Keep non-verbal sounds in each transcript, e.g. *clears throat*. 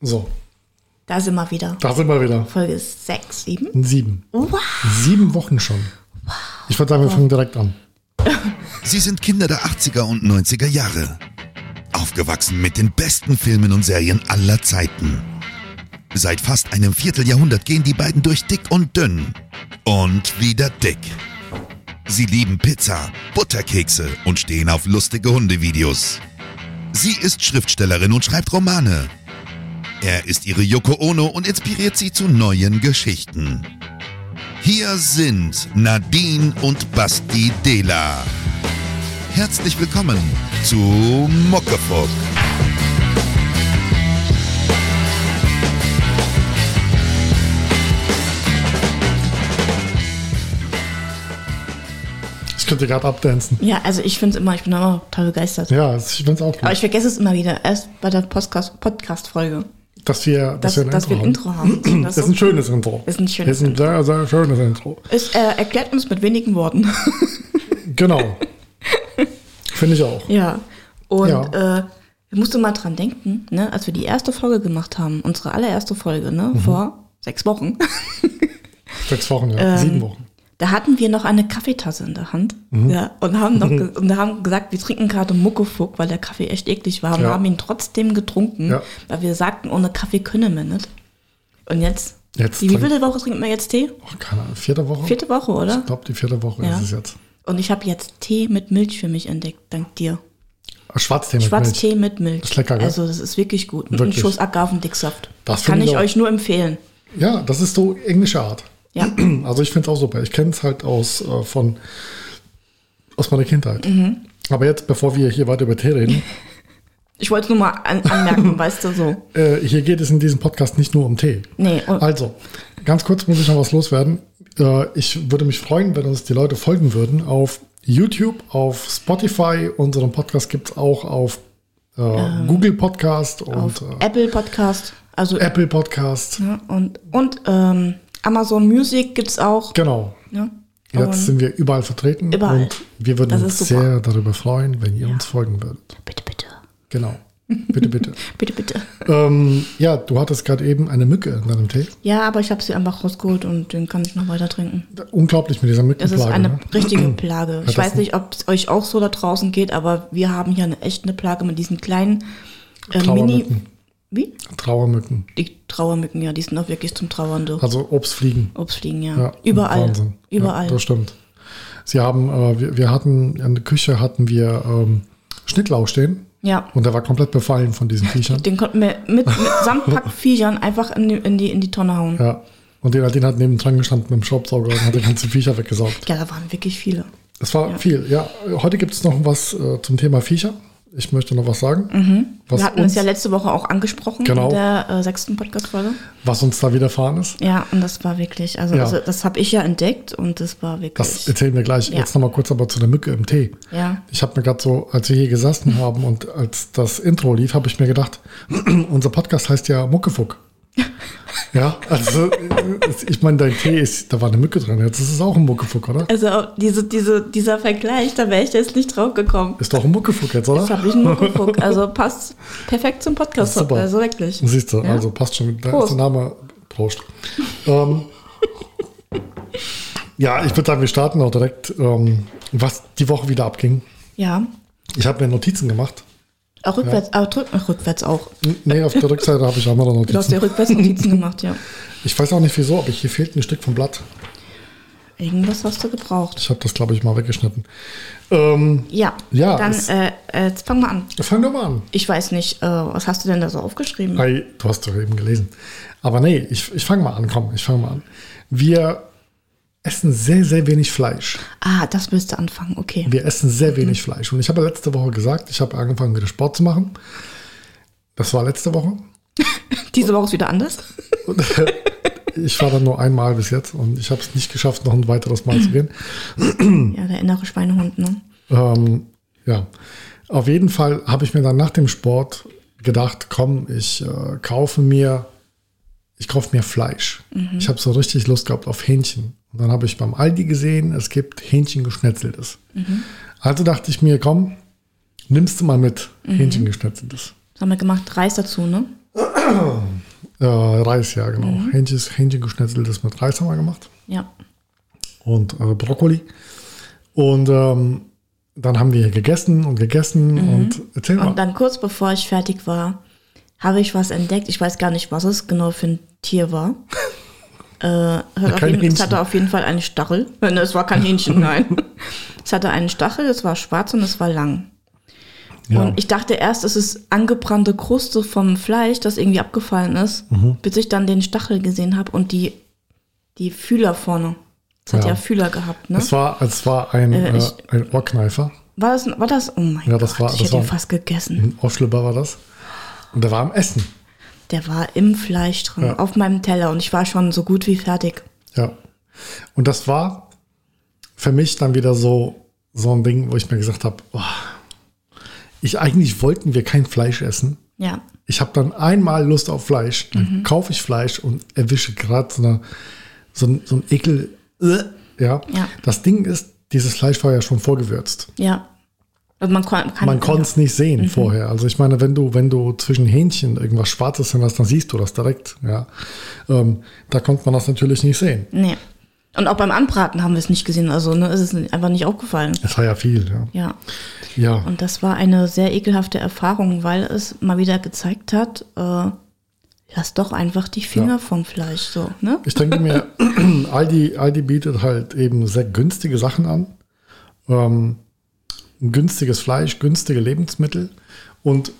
So, Da sind wir wieder. da sind wir wieder. Folge 6, 7. Sieben. Wow. Sieben Wochen schon. Ich würde sagen, wir fangen direkt an. Sie sind Kinder der 80er und 90er Jahre. Aufgewachsen mit den besten Filmen und Serien aller Zeiten. Seit fast einem Vierteljahrhundert gehen die beiden durch dick und dünn. Und wieder dick. Sie lieben Pizza, Butterkekse und stehen auf lustige Hundevideos. Sie ist Schriftstellerin und schreibt Romane. Er ist ihre Yoko Ono und inspiriert sie zu neuen Geschichten. Hier sind Nadine und Basti Dela. Herzlich willkommen zu Muckefuck. Ich könnte gerade abdancen. Ja, also ich finde es immer, ich bin immer total begeistert. Ja, es- ich finde es auch Aber gut, ich vergesse es immer wieder, erst bei der Podcast- Podcast-Folge, dass wir, dass dass, wir ein dass wir ein Intro haben. *clears throat* Intro haben. Das ist ein schönes Intro. Ist ein schönes ist ein sehr, sehr schönes Intro. Es, äh, erklärt uns mit wenigen Worten. *laughs* Genau. Finde ich auch. ja. Und Ja. Äh, ich musste mal dran denken, ne, als wir die erste Folge gemacht haben, unsere allererste Folge, ne, Mhm. vor sechs Wochen, *laughs* Sechs Wochen, Ähm. ja. Sieben Wochen. da hatten wir noch eine Kaffeetasse in der Hand. Mhm. Ja, und *laughs* haben noch ge- und haben gesagt, wir trinken gerade Muckefuck, weil der Kaffee echt eklig war. Und Ja. haben ihn trotzdem getrunken, Ja. weil wir sagten, ohne Kaffee können wir nicht. Und jetzt? Jetzt die trinken- wievielte Woche trinken wir jetzt Tee? Oh, keine Ahnung. Vierte Woche? Vierte Woche, oder? Ich glaube, die vierte Woche Ja. ist es jetzt. Und ich habe jetzt Tee mit Milch für mich entdeckt, dank dir. Schwarztee mit Milch. Schwarztee mit Milch. Ist lecker, gell? Also das ist wirklich gut. Und ein Wirklich. Schuss Agavendicksaft. Das kann finde ich ich auch. euch nur empfehlen. Ja, das ist so englische Art. Ja. *clears throat* Also ich finde es auch super. Ich kenne es halt aus, äh, von, aus meiner Kindheit. Mhm. Aber jetzt, bevor wir hier weiter über Tee *laughs* reden, Ich wollte es nur mal an *laughs* anmerken, weißt du, so. äh, hier geht es in diesem Podcast nicht nur um Tee. Nee, und- Also, ganz kurz muss ich noch was loswerden. Äh, ich würde mich freuen, wenn uns die Leute folgen würden auf YouTube, auf Spotify. Unseren Podcast gibt es auch auf äh, Google Podcast und Ah. Auf Mhm. äh, Apple Podcast, also Apple Podcast. Ja, Ne? und und ähm, Amazon Music gibt's auch. Genau. Ne? Und Jetzt sind wir überall vertreten Überall. und wir würden Das uns ist super. sehr darüber freuen, wenn ihr uns folgen würdet. bitte, bitte, Genau. Bitte, bitte. *laughs* bitte, bitte. ähm, ja, du hattest gerade eben eine Mücke in deinem Tee. Ja, aber ich habe sie einfach rausgeholt und den kann ich noch weiter trinken. Unglaublich mit dieser Das Mückenplage. ist eine ne? *clears throat* richtige Plage. Ich das weiß ein- nicht, ob es euch auch so da draußen geht, aber wir haben hier eine echte Plage mit diesen kleinen äh, Mini. Trauermücken. Wie? Trauermücken. Die Trauermücken, ja, die sind auch wirklich zum Trauern durch. Also Obstfliegen. Obstfliegen, ja. Ja, Überall. Wahnsinn. Überall. Ja, das stimmt. Sie haben, äh, wir, wir hatten, in der Küche hatten wir ähm, Schnittlauch stehen Ja. und der war komplett befallen von diesen *laughs* Viechern. Den konnten wir mit, mit *laughs* samt Pack Viechern einfach in die, in die, in die Tonne hauen. Ja. ja. Und den, den hat neben dran gestanden mit dem Staubsauger und hat die ganzen Viecher weggesaugt. da waren wirklich viele. Es war viel, ja. Heute gibt es noch was äh, zum Thema Viecher. Ich möchte noch was sagen. Was, wir hatten uns, uns ja letzte Woche auch angesprochen Genau. in der äh, sechsten Podcast-Folge. was uns da widerfahren ist. Ja, und das war wirklich, also, Ja. also das habe ich ja entdeckt und das war wirklich. Das erzählen wir gleich. Ja. Jetzt nochmal kurz aber zu der Mücke im Tee. ja, Ich habe mir gerade so, als wir hier gesessen haben und als das Intro lief, habe ich mir gedacht, *clears throat* unser Podcast heißt ja Muckefuck. ja, also äh, ich meine, dein Tee ist, da war eine Mücke drin. Jetzt ist es auch ein Muckefuck, oder? also diese, diese, dieser Vergleich, da wäre ich jetzt nicht drauf gekommen. Ist doch ein Muckefuck jetzt, oder? Ich habe nicht nur geguckt, also passt perfekt zum Podcast, Super. also wirklich. Siehst du, also passt schon. Da Prost. ist der Name. Prost. ähm, *laughs* ja, ich würde sagen, wir starten auch direkt, ähm, was die Woche wieder abging. Ja, Ich habe mir Notizen gemacht. auch rückwärts, aber drück, ach, rückwärts auch. N- Nee, auf der Rückseite habe ich andere Du hast Notizen. dir rückwärts Notizen gemacht, ja. Ich weiß auch nicht wieso, aber hier fehlt ein Stück vom Blatt. Irgendwas hast du gebraucht. Ich habe das, glaube ich, mal weggeschnitten. Ähm, Ja, Ja, dann es- äh, äh, jetzt fang mal an. fang doch mal an. Ich weiß nicht, äh, was hast du denn da so aufgeschrieben? Ei, du hast doch eben gelesen. Aber nee, ich, ich fange mal an. Komm, ich fange mal an. Wir essen sehr, sehr wenig Fleisch. Ah, das willst du anfangen, okay. Wir essen sehr wenig Fleisch. Und ich habe letzte Woche gesagt, ich habe angefangen, wieder Sport zu machen. Das war letzte Woche. Diese Woche ist wieder anders. Ich war dann nur einmal bis jetzt und ich habe es nicht geschafft, noch ein weiteres Mal zu gehen. Ja, der innere Schweinehund, ne? Ähm, ja, auf jeden Fall habe ich mir dann nach dem Sport gedacht, komm, ich äh, kaufe mir, ich kaufe mir Fleisch. Ich habe so richtig Lust gehabt auf Hähnchen. Und dann habe ich beim Aldi gesehen, es gibt Hähnchengeschnetzeltes. Also dachte ich mir, komm, nimmst du mal mit Hähnchengeschnetzeltes. Das haben wir gemacht, Reis dazu, ne? Äh, Reis, ja, genau. Mhm. Hähnchen, Hähnchen geschnetzeltes mit Reis haben wir gemacht Ja. und äh, Brokkoli. Und ähm, dann haben wir gegessen und gegessen und erzähl mal. Mhm. Und dann kurz bevor ich fertig war, habe ich was entdeckt. Ich weiß gar nicht, was es genau für ein *laughs* Tier war. äh, es hat auf kein jeden, es Hähnchen. hatte auf jeden Fall einen Stachel. *laughs* Äh, ne, Es war kein Hähnchen, nein. *laughs* es hatte einen Stachel, es war schwarz und es war lang. Ja. Und ich dachte erst, es ist angebrannte Kruste vom Fleisch, das irgendwie abgefallen ist, Mhm. bis ich dann den Stachel gesehen habe und die, die Fühler vorne. Es hat ja. Ja. Fühler gehabt, ne? es, war, es war ein, Äh, äh, ich- ein Ohrkneifer, war, das, war das? Oh mein Ja, Gott, das war- ich das hätte ihn war- Mhm. fast gegessen. ein Ohrschlüpper war das. Und der war am Essen. Der war im Fleisch drin, Ja. auf meinem Teller und ich war schon so gut wie fertig. Ja. Und das war für mich dann wieder so, so ein Ding, wo ich mir gesagt habe, oh, ich eigentlich wollten wir kein Fleisch essen. Ja, Ich habe dann einmal Lust auf Fleisch, dann kaufe ich Fleisch und erwische gerade so, eine- so, ein- so ein Ekel. äh, Ja. Ja. Das Ding ist, dieses Fleisch war ja schon vorgewürzt. ja. Und man, kon kann, Man konnte es nicht sehen vorher. Also ich meine, wenn du, wenn du zwischen Hähnchen irgendwas Schwarzes drin hast, dann siehst du das direkt. Ja. Ähm, da konnte man das natürlich nicht sehen. Nee. Und auch beim Anbraten haben wir es nicht gesehen, also ne, ist es einfach nicht aufgefallen. Es war ja viel, ja. Ja. Ja. Und das war eine sehr ekelhafte Erfahrung, weil es mal wieder gezeigt hat, äh, lass doch einfach die Finger Ja. vom Fleisch so, ne? Ich denke mir, *clears throat* Aldi, Aldi bietet halt eben sehr günstige Sachen an. Ähm, günstiges Fleisch, günstige Lebensmittel. Und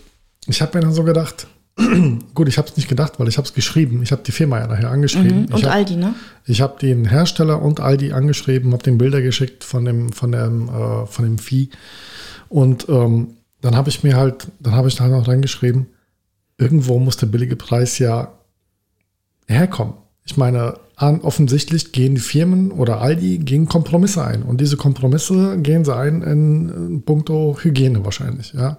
ich habe mir dann so gedacht, *clears throat* gut, ich habe es nicht gedacht, weil ich habe es geschrieben. Ich habe die Firma ja nachher angeschrieben. Und ich habe Aldi, ne? hab den Hersteller und Aldi angeschrieben, habe den Bilder geschickt von dem, von dem, äh, von dem Vieh. Und ähm, dann habe ich mir halt, dann habe ich da noch reingeschrieben, irgendwo muss der billige Preis ja herkommen. Ich meine, an, offensichtlich gehen die Firmen oder Aldi gehen Kompromisse ein. Und diese Kompromisse gehen sie ein in äh, puncto Hygiene wahrscheinlich. Ja.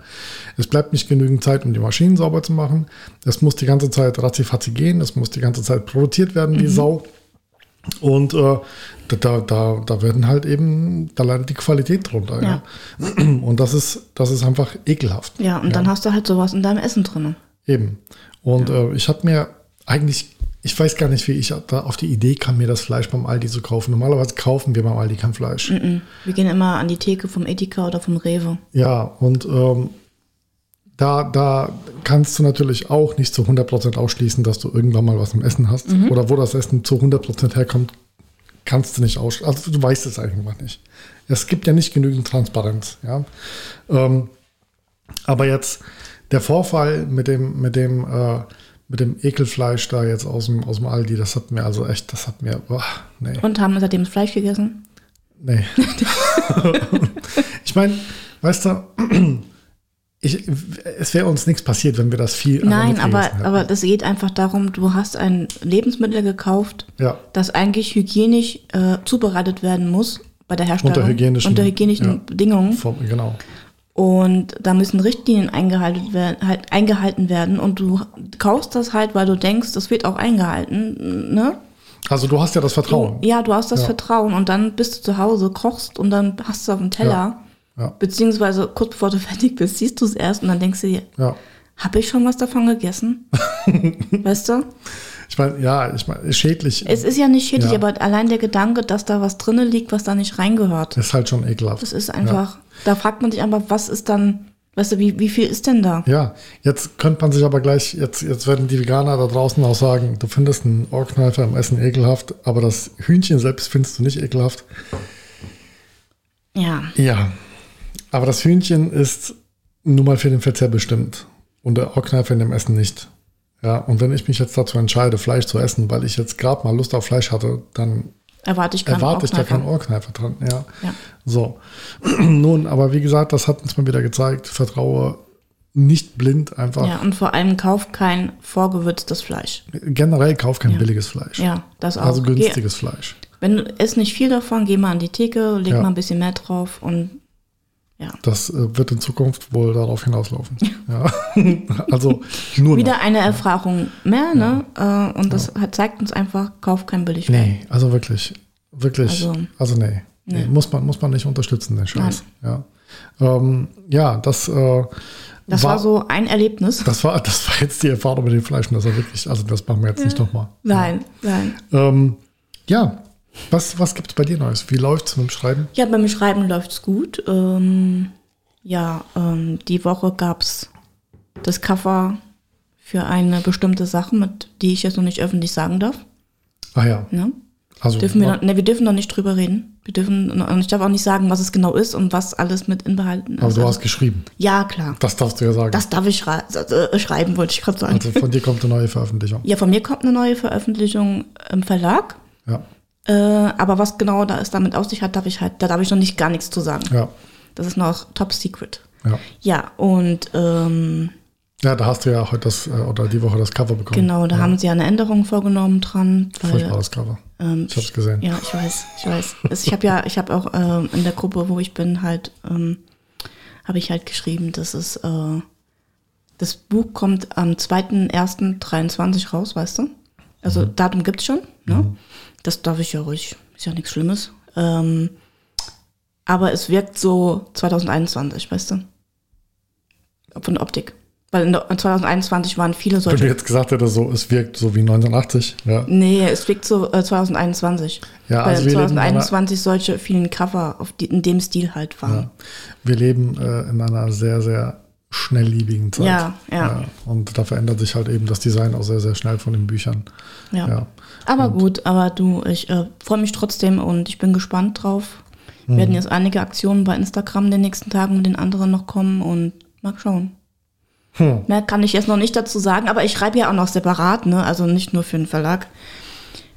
Es bleibt nicht genügend Zeit, um die Maschinen sauber zu machen. Es muss die ganze Zeit ratzifatzi gehen. Es muss die ganze Zeit produziert werden, die Sau. Und äh, da- da, da, da werden halt eben, da leidet die Qualität drunter. Ja. Ja. Und das ist, das ist einfach ekelhaft. Ja, und dann hast du halt sowas in deinem Essen drinne. Eben. Und äh, ich habe mir eigentlich, ich weiß gar nicht, wie ich da auf die Idee kam, mir das Fleisch beim Aldi zu kaufen. Normalerweise kaufen wir beim Aldi kein Fleisch. Wir gehen immer an die Theke vom Edeka oder vom Rewe. Ja, und ähm, da, da kannst du natürlich auch nicht zu 100% ausschließen, dass du irgendwann mal was im Essen hast. Oder wo das Essen zu 100% herkommt, kannst du nicht ausschließen. Also du weißt es einfach nicht. Es gibt ja nicht genügend Transparenz. Ja? Ähm, aber jetzt der Vorfall mit dem, mit dem, äh, mit dem Ekelfleisch da jetzt aus dem, aus dem Aldi, das hat mir also echt, das hat mir, boah, nee. Und haben seitdem das Fleisch gegessen? *laughs* Nee. ich meine, weißt du, ich, es wäre uns nichts passiert, wenn wir das viel. Nein, einfach aber, mitgegessen hätten. aber das geht einfach darum, du hast ein Lebensmittel gekauft, Ja. das eigentlich hygienisch äh, zubereitet werden muss bei der Herstellung. Unter hygienischen- unter hygienischen ja. Bedingungen. Vom, genau. Und da müssen Richtlinien eingehalten werden, halt eingehalten werden. Und du kaufst das halt, weil du denkst, das wird auch eingehalten. Ne? Also, du hast ja das Vertrauen. Ja, du hast das Ja. Vertrauen und dann bist du zu Hause, kochst und dann hast du es auf dem Teller. Ja. Ja. Beziehungsweise kurz bevor du *laughs* fertig bist, siehst du es erst und dann denkst du dir, Ja. habe ich schon was davon *laughs* gegessen? weißt du? Ich meine, ja, ich meine, ist schädlich. Es ist ja nicht schädlich, Ja. aber allein der Gedanke, dass da was drinne liegt, was da nicht reingehört, ist halt schon ekelhaft. das ist einfach, da fragt man sich einfach, was ist dann, weißt du, wie, wie viel ist denn da? Ja, jetzt könnte man sich aber gleich, jetzt, jetzt werden die Veganer da draußen auch sagen, du findest einen Ohrkneifer im Essen ekelhaft, aber das Hühnchen selbst findest du nicht ekelhaft. Ja, Ja, aber das Hühnchen ist nun mal für den Verzehr bestimmt und der Ohrkneifer in dem Essen nicht. Ja, und wenn ich mich jetzt dazu entscheide, Fleisch zu essen, weil ich jetzt gerade mal Lust auf Fleisch hatte, dann erwarte ich keinen erwarte ich da Bauchnabel. keinen Ohrkneifer dran. Ja. Ja. So. *clears throat* Nun, aber wie gesagt, das hat uns mal wieder gezeigt, vertraue nicht blind einfach. Ja, und vor allem kauf kein vorgewürztes Fleisch. Generell kauf kein billiges Fleisch. Ja, das auch. Also Geh, günstiges Fleisch. wenn du isst nicht viel davon, geh mal an die Theke, leg Ja. mal ein bisschen mehr drauf und Das äh, wird in Zukunft wohl darauf hinauslaufen. Ja. *laughs* also nur noch. wieder eine Erfahrung mehr, ne? Äh, Und das hat, zeigt uns einfach, kauf kein Billigfleisch. Nee, also wirklich. Wirklich. Also- Also, nee. nee. Muss, man, muss man nicht unterstützen, den Scheiß. Ja, ähm, ja das, äh, Das war, so ein *laughs* Erlebnis. Das war, das war jetzt die Erfahrung mit dem Fleisch und das war wirklich, also das machen wir jetzt nicht nochmal. Nein, nein. Ähm, ja, was, was gibt es bei dir Neues? Wie läuft es mit dem Schreiben? Ja, beim Schreiben läuft's gut. Ähm, ja, ähm, die Woche gab's das Cover für eine bestimmte Sache, mit die ich jetzt noch nicht öffentlich sagen darf. Ah ja, Ne? also Dürfen wir, noch, ne, wir dürfen noch nicht drüber reden. Wir dürfen, und ich darf auch nicht sagen, was es genau ist und was alles mit inbehalten ist. Also, aber du hast geschrieben. ja, klar. Das darfst du ja sagen. Das darf ich schrei äh, schreiben, wollte ich gerade sagen. also von dir kommt eine neue Veröffentlichung. *laughs* Ja, von mir kommt eine neue Veröffentlichung im Verlag. Ja, Äh, aber was genau da es damit auf sich hat, darf ich halt, da darf ich noch nicht gar nichts zu sagen. ja, Das ist noch top secret. ja. Ja, und ähm, Ja, da hast du ja heute das, äh, oder die Woche das Cover bekommen. genau, da haben sie ja eine Änderung vorgenommen dran. Weil, Furchtbares Cover. ähm, Ich hab's gesehen. Ja, ich weiß, ich weiß. Also ich habe ja, ich habe auch ähm, in der Gruppe, wo ich bin, halt, ähm, habe ich halt geschrieben, dass es, äh, das Buch kommt am 2.1.23 raus, weißt du? Also Mhm. Datum gibt's schon, ne? Das darf ich ja ruhig, ist ja nichts Schlimmes. Ähm, aber es wirkt so 2021, weißt du? Von der Optik. Weil in der, 2021 waren viele Wenn du solche. jetzt gesagt hättest, so, es wirkt so wie 1980, ja. Nee, es wirkt so äh, 2021. Ja, weil also wir leben in einer- 2021 solche vielen Cover auf die, in dem Stil halt waren. Wir leben äh, in einer sehr, sehr schnellliebigen Zeit. Ja, ja. Und da verändert sich halt eben das Design auch sehr, sehr schnell von den Büchern. Ja. Ja. Aber gut, aber du, ich äh, freue mich trotzdem und ich bin gespannt drauf. Mhm. Werden jetzt einige Aktionen bei Instagram in den nächsten Tagen und den anderen noch kommen und mal schauen. Hm. Mehr kann ich jetzt noch nicht dazu sagen, aber ich schreibe ja auch noch separat, ne? also nicht nur für den Verlag.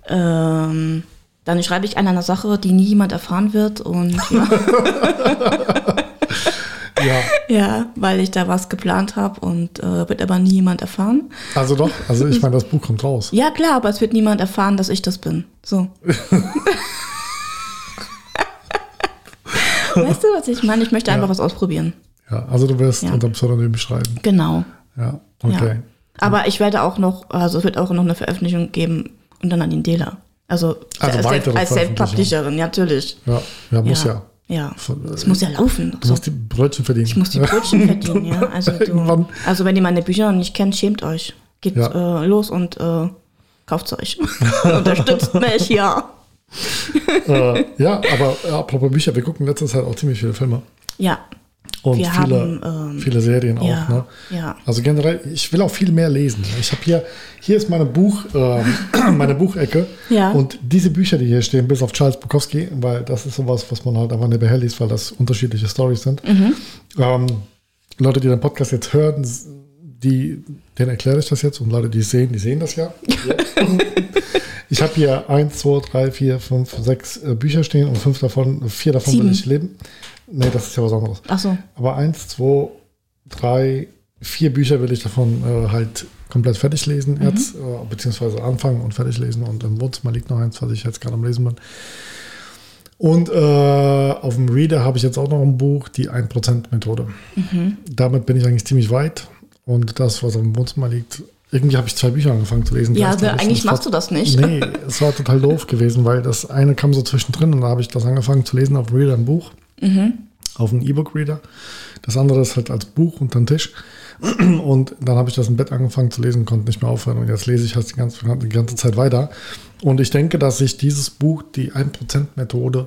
Ähm, dann schreibe ich an einer Sache, die nie jemand erfahren *laughs* wird und ja. Ja, Ja, weil ich da was geplant habe und äh, wird aber nie jemand erfahren. also doch, also ich meine, das Buch kommt raus. Ja, klar, aber es wird niemand erfahren, dass ich das bin. *laughs* So. weißt du, was ich meine? Ich möchte einfach was ausprobieren. Ja, also du wirst Ja. unter Pseudonym schreiben. Genau. Ja, Ja. okay. Aber ich werde auch noch, also es wird auch noch eine Veröffentlichung geben und dann an den Dealer. Also, Also als, weitere Self- als Self-Publisherin, ja, natürlich. Ja, ja, muss ja. Ja. Von, äh, Es muss ja laufen. Du musst die Brötchen verdienen. Ich muss die Brötchen verdienen, ja. Also, du, Irgendwann. also wenn ihr meine Bücher noch nicht kennt, schämt euch. Geht Ja. äh, los und äh, kauft *laughs* euch. Unterstützt mich, ja. *laughs* äh, ja, aber äh, apropos Bücher, wir gucken letzte Zeit auch ziemlich viele Filme. Ja, Und Wir viele, haben, ähm, viele Serien ja, auch. Ne? ja. Also generell, ich will auch viel mehr lesen. Ich habe hier, hier ist meine Buch, äh, *clears throat* meine Buchecke. Ja. Und diese Bücher, die hier stehen, bis auf Charles Bukowski, weil das ist sowas, was man halt einfach nebenher liest, weil das unterschiedliche Stories sind. Mhm. Ähm, Leute, die den Podcast jetzt hören, s- die, denen erkläre ich das jetzt und Leute, die es sehen, die sehen das *laughs* ja. ich habe hier eins, zwei, drei, vier, fünf, sechs äh, Bücher stehen und fünf davon, vier davon Sieben. will ich leben. Nee, das ist ja was anderes. ach so. Aber eins, zwei, drei, vier Bücher will ich davon äh, halt komplett fertig lesen Mhm. jetzt, äh, beziehungsweise anfangen und fertig lesen. Und im Wohnzimmer liegt noch eins, was ich jetzt gerade am Lesen bin. Und äh, auf dem Reader habe ich jetzt auch noch ein Buch, die 1%-Methode. Mhm. Damit bin ich eigentlich ziemlich weit. Und das, was im Wohnzimmer liegt, irgendwie habe ich zwei Bücher angefangen zu lesen. Ja, also gleichzeitig. Und eigentlich es war- machst du das nicht. Nee, es war total *laughs* doof gewesen, weil das eine kam so zwischendrin und da habe ich das angefangen zu lesen auf dem Reader, ein Buch Mhm. auf einen E-Book-Reader. Das andere ist halt als Buch unterm Tisch. *clears throat* Und dann habe ich das im Bett angefangen zu lesen, konnte nicht mehr aufhören. Und jetzt lese ich halt die ganze, die ganze Zeit weiter. Und ich denke, dass ich dieses Buch, die 1%-Methode,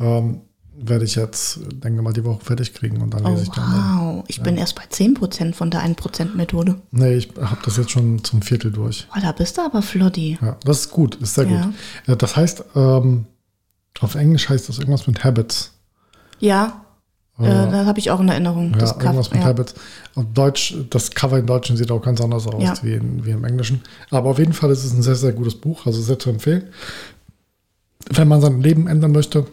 ähm, werde ich jetzt, denke mal, die Woche fertig kriegen. Und dann Oh, lese ich dann. wow. Ich bin erst bei 10% von der 1%-Methode. Nee, ich habe das jetzt schon zum Viertel durch. Oh, da bist du aber Floddy. Ja, das ist gut, ist sehr Ja. gut. Ja, das heißt, ähm, auf Englisch heißt das irgendwas mit Habits. Ja, äh, das habe ich auch in Erinnerung. Ja, das Cover, irgendwas mit ja. Habits. Und Deutsch, das Cover im Deutschen sieht auch ganz anders aus Ja. wie, in, wie im Englischen. Aber auf jeden Fall ist es ein sehr, sehr gutes Buch, also sehr zu empfehlen. Wenn man sein Leben ändern möchte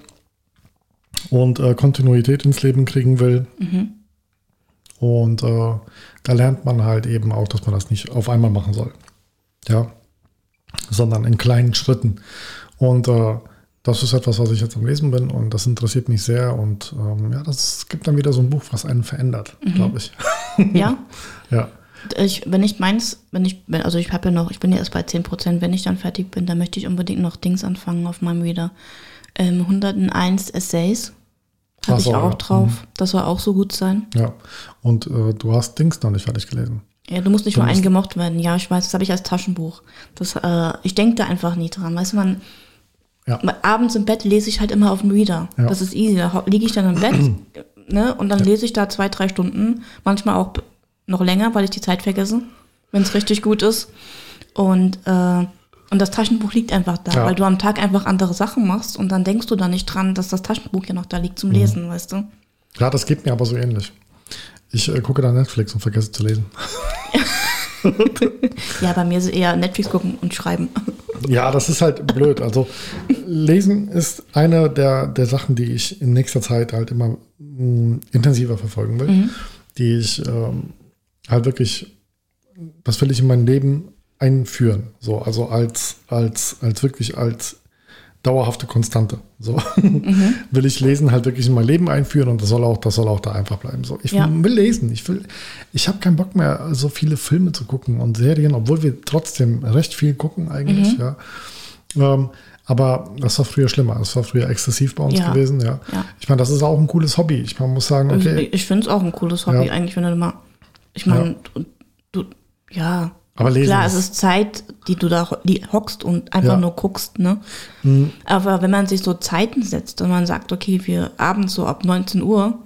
und äh, Kontinuität ins Leben kriegen will. Mhm. Und äh, da lernt man halt eben auch, dass man das nicht auf einmal machen soll. Ja. Sondern in kleinen Schritten. Und äh, das ist etwas, was ich jetzt am Lesen bin und das interessiert mich sehr. Und ähm, ja, das gibt dann wieder so ein Buch, was einen verändert, glaube ich. *laughs* ja. Ja. Ich, wenn ich meins, wenn ich, wenn- also ich habe ja noch, ich bin ja erst bei 10%, wenn ich dann fertig bin, dann möchte ich unbedingt noch Dings anfangen auf meinem Reader. Ähm, 101 Essays Habe ich Ach so, auch ja. Mhm. drauf. Das soll auch so gut sein. Ja. Und äh, du hast Dings noch nicht fertig gelesen. Ja, du musst nicht Du nur musst- eingemocht werden. Ja, ich weiß, das habe ich als Taschenbuch. Das, äh, ich denke da einfach nie dran. Weißt du, man, Ja. ma- abends im Bett lese ich halt immer auf dem Reader. Ja. Das ist easy. Da liege ich dann im *clears throat* Bett ne, und dann lese ich da zwei, drei Stunden. Manchmal auch b- noch länger, weil ich die Zeit vergesse, wenn es richtig gut ist. Und, äh, und das Taschenbuch liegt einfach da, Ja. weil du am Tag einfach andere Sachen machst und dann denkst du da nicht dran, dass das Taschenbuch ja noch da liegt zum Mhm. Lesen, weißt du? Ja, das geht mir aber so ähnlich. Ich äh, gucke da Netflix und vergesse zu lesen. Ja, bei mir ist eher Netflix gucken und schreiben. Ja, das ist halt blöd. Also Lesen ist eine der, der Sachen, die ich in nächster Zeit halt immer mh, intensiver verfolgen will. Die ich ähm, halt wirklich, das will ich in mein Leben einführen. So, also als, als, als wirklich als dauerhafte Konstante. So *laughs* Mhm. will ich Lesen halt wirklich in mein Leben einführen und das soll auch, das soll auch da einfach bleiben. So, ich Ja. will lesen. Ich will, ich habe keinen Bock mehr, so viele Filme zu gucken und Serien, obwohl wir trotzdem recht viel gucken Mhm. eigentlich, ja. Ähm, aber das war früher schlimmer. Das war früher exzessiv bei uns Ja. gewesen, ja. Ja. Äh, Ich meine, das ist auch ein cooles Hobby. Ich man muss sagen, okay, Ich, ich finde es auch ein cooles Hobby, Ja. eigentlich, wenn du mal. Ich meine, Ja. du, du, ja. Aber lesen Klar, ist- es ist Zeit, die du da ho- die hockst und einfach Ja. Mhm. nur guckst, ne? Aber wenn man sich so Zeiten setzt und man sagt, okay, wir abends so ab 19 Uhr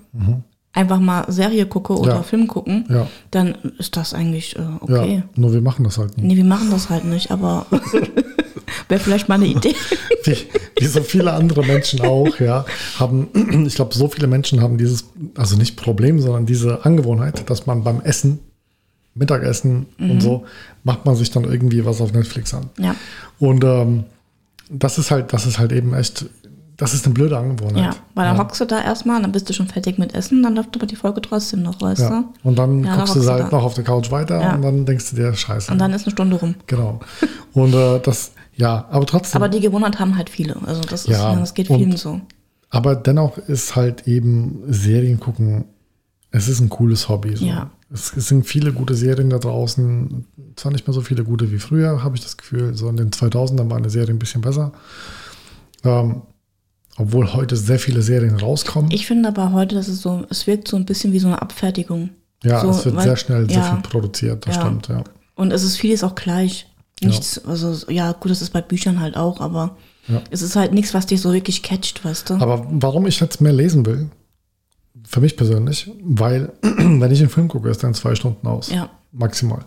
einfach mal Serie gucke oder Mhm. Ja. Film gucken, Ja. dann ist das eigentlich äh, ja, okay. nur wir machen das halt nie. Nee, wir machen das halt nicht, aber wäre vielleicht *laughs* mal eine Idee. *laughs* wie, wie so viele andere Menschen auch, ja, haben, *clears throat* ich glaube, so viele Menschen haben dieses, also nicht Problem, sondern diese Angewohnheit, dass man beim Essen, Mittagessen Mhm. und so, macht man sich dann irgendwie was auf Netflix an. Ja. Und ähm, das ist halt, das ist halt eben echt, das ist eine blöde Ja, Angewohnheit. weil dann hockst du da erstmal, dann bist du schon fertig mit Essen, dann läuft aber die Folge trotzdem noch, weißt Ja. du? Und dann Ja, da guckst du hockst du halt da. noch auf der Couch weiter Ja. und dann denkst du dir, scheiße. Und dann ist eine Stunde rum. genau. Und äh, das, ja, aber trotzdem. Aber die Gewohnheit haben halt viele. Also das ist, Ja, ja, das geht und- vielen so. Aber dennoch ist halt eben Serien gucken, es ist ein cooles Hobby. So. Ja. Es, es sind viele gute Serien da draußen. Zwar nicht mehr so viele gute wie früher, habe ich das Gefühl. So in den 2000ern waren die Serien ein bisschen besser. Ähm, obwohl heute sehr viele Serien rauskommen. Ich finde aber heute, dass es so, es wirkt so ein bisschen wie so eine Abfertigung. ja, so, es wird weil- sehr schnell sehr ja. viel produziert, das Ja. stimmt, ja. Und es ist vieles auch gleich. Nichts, also ja, gut, das ist bei Büchern halt auch, aber Ja. es ist halt nichts, was dich so wirklich catcht, weißt du? Aber warum ich jetzt mehr lesen will, für mich persönlich, weil *clears throat* wenn ich einen Film gucke, ist er in zwei Stunden aus. Ja. Maximal.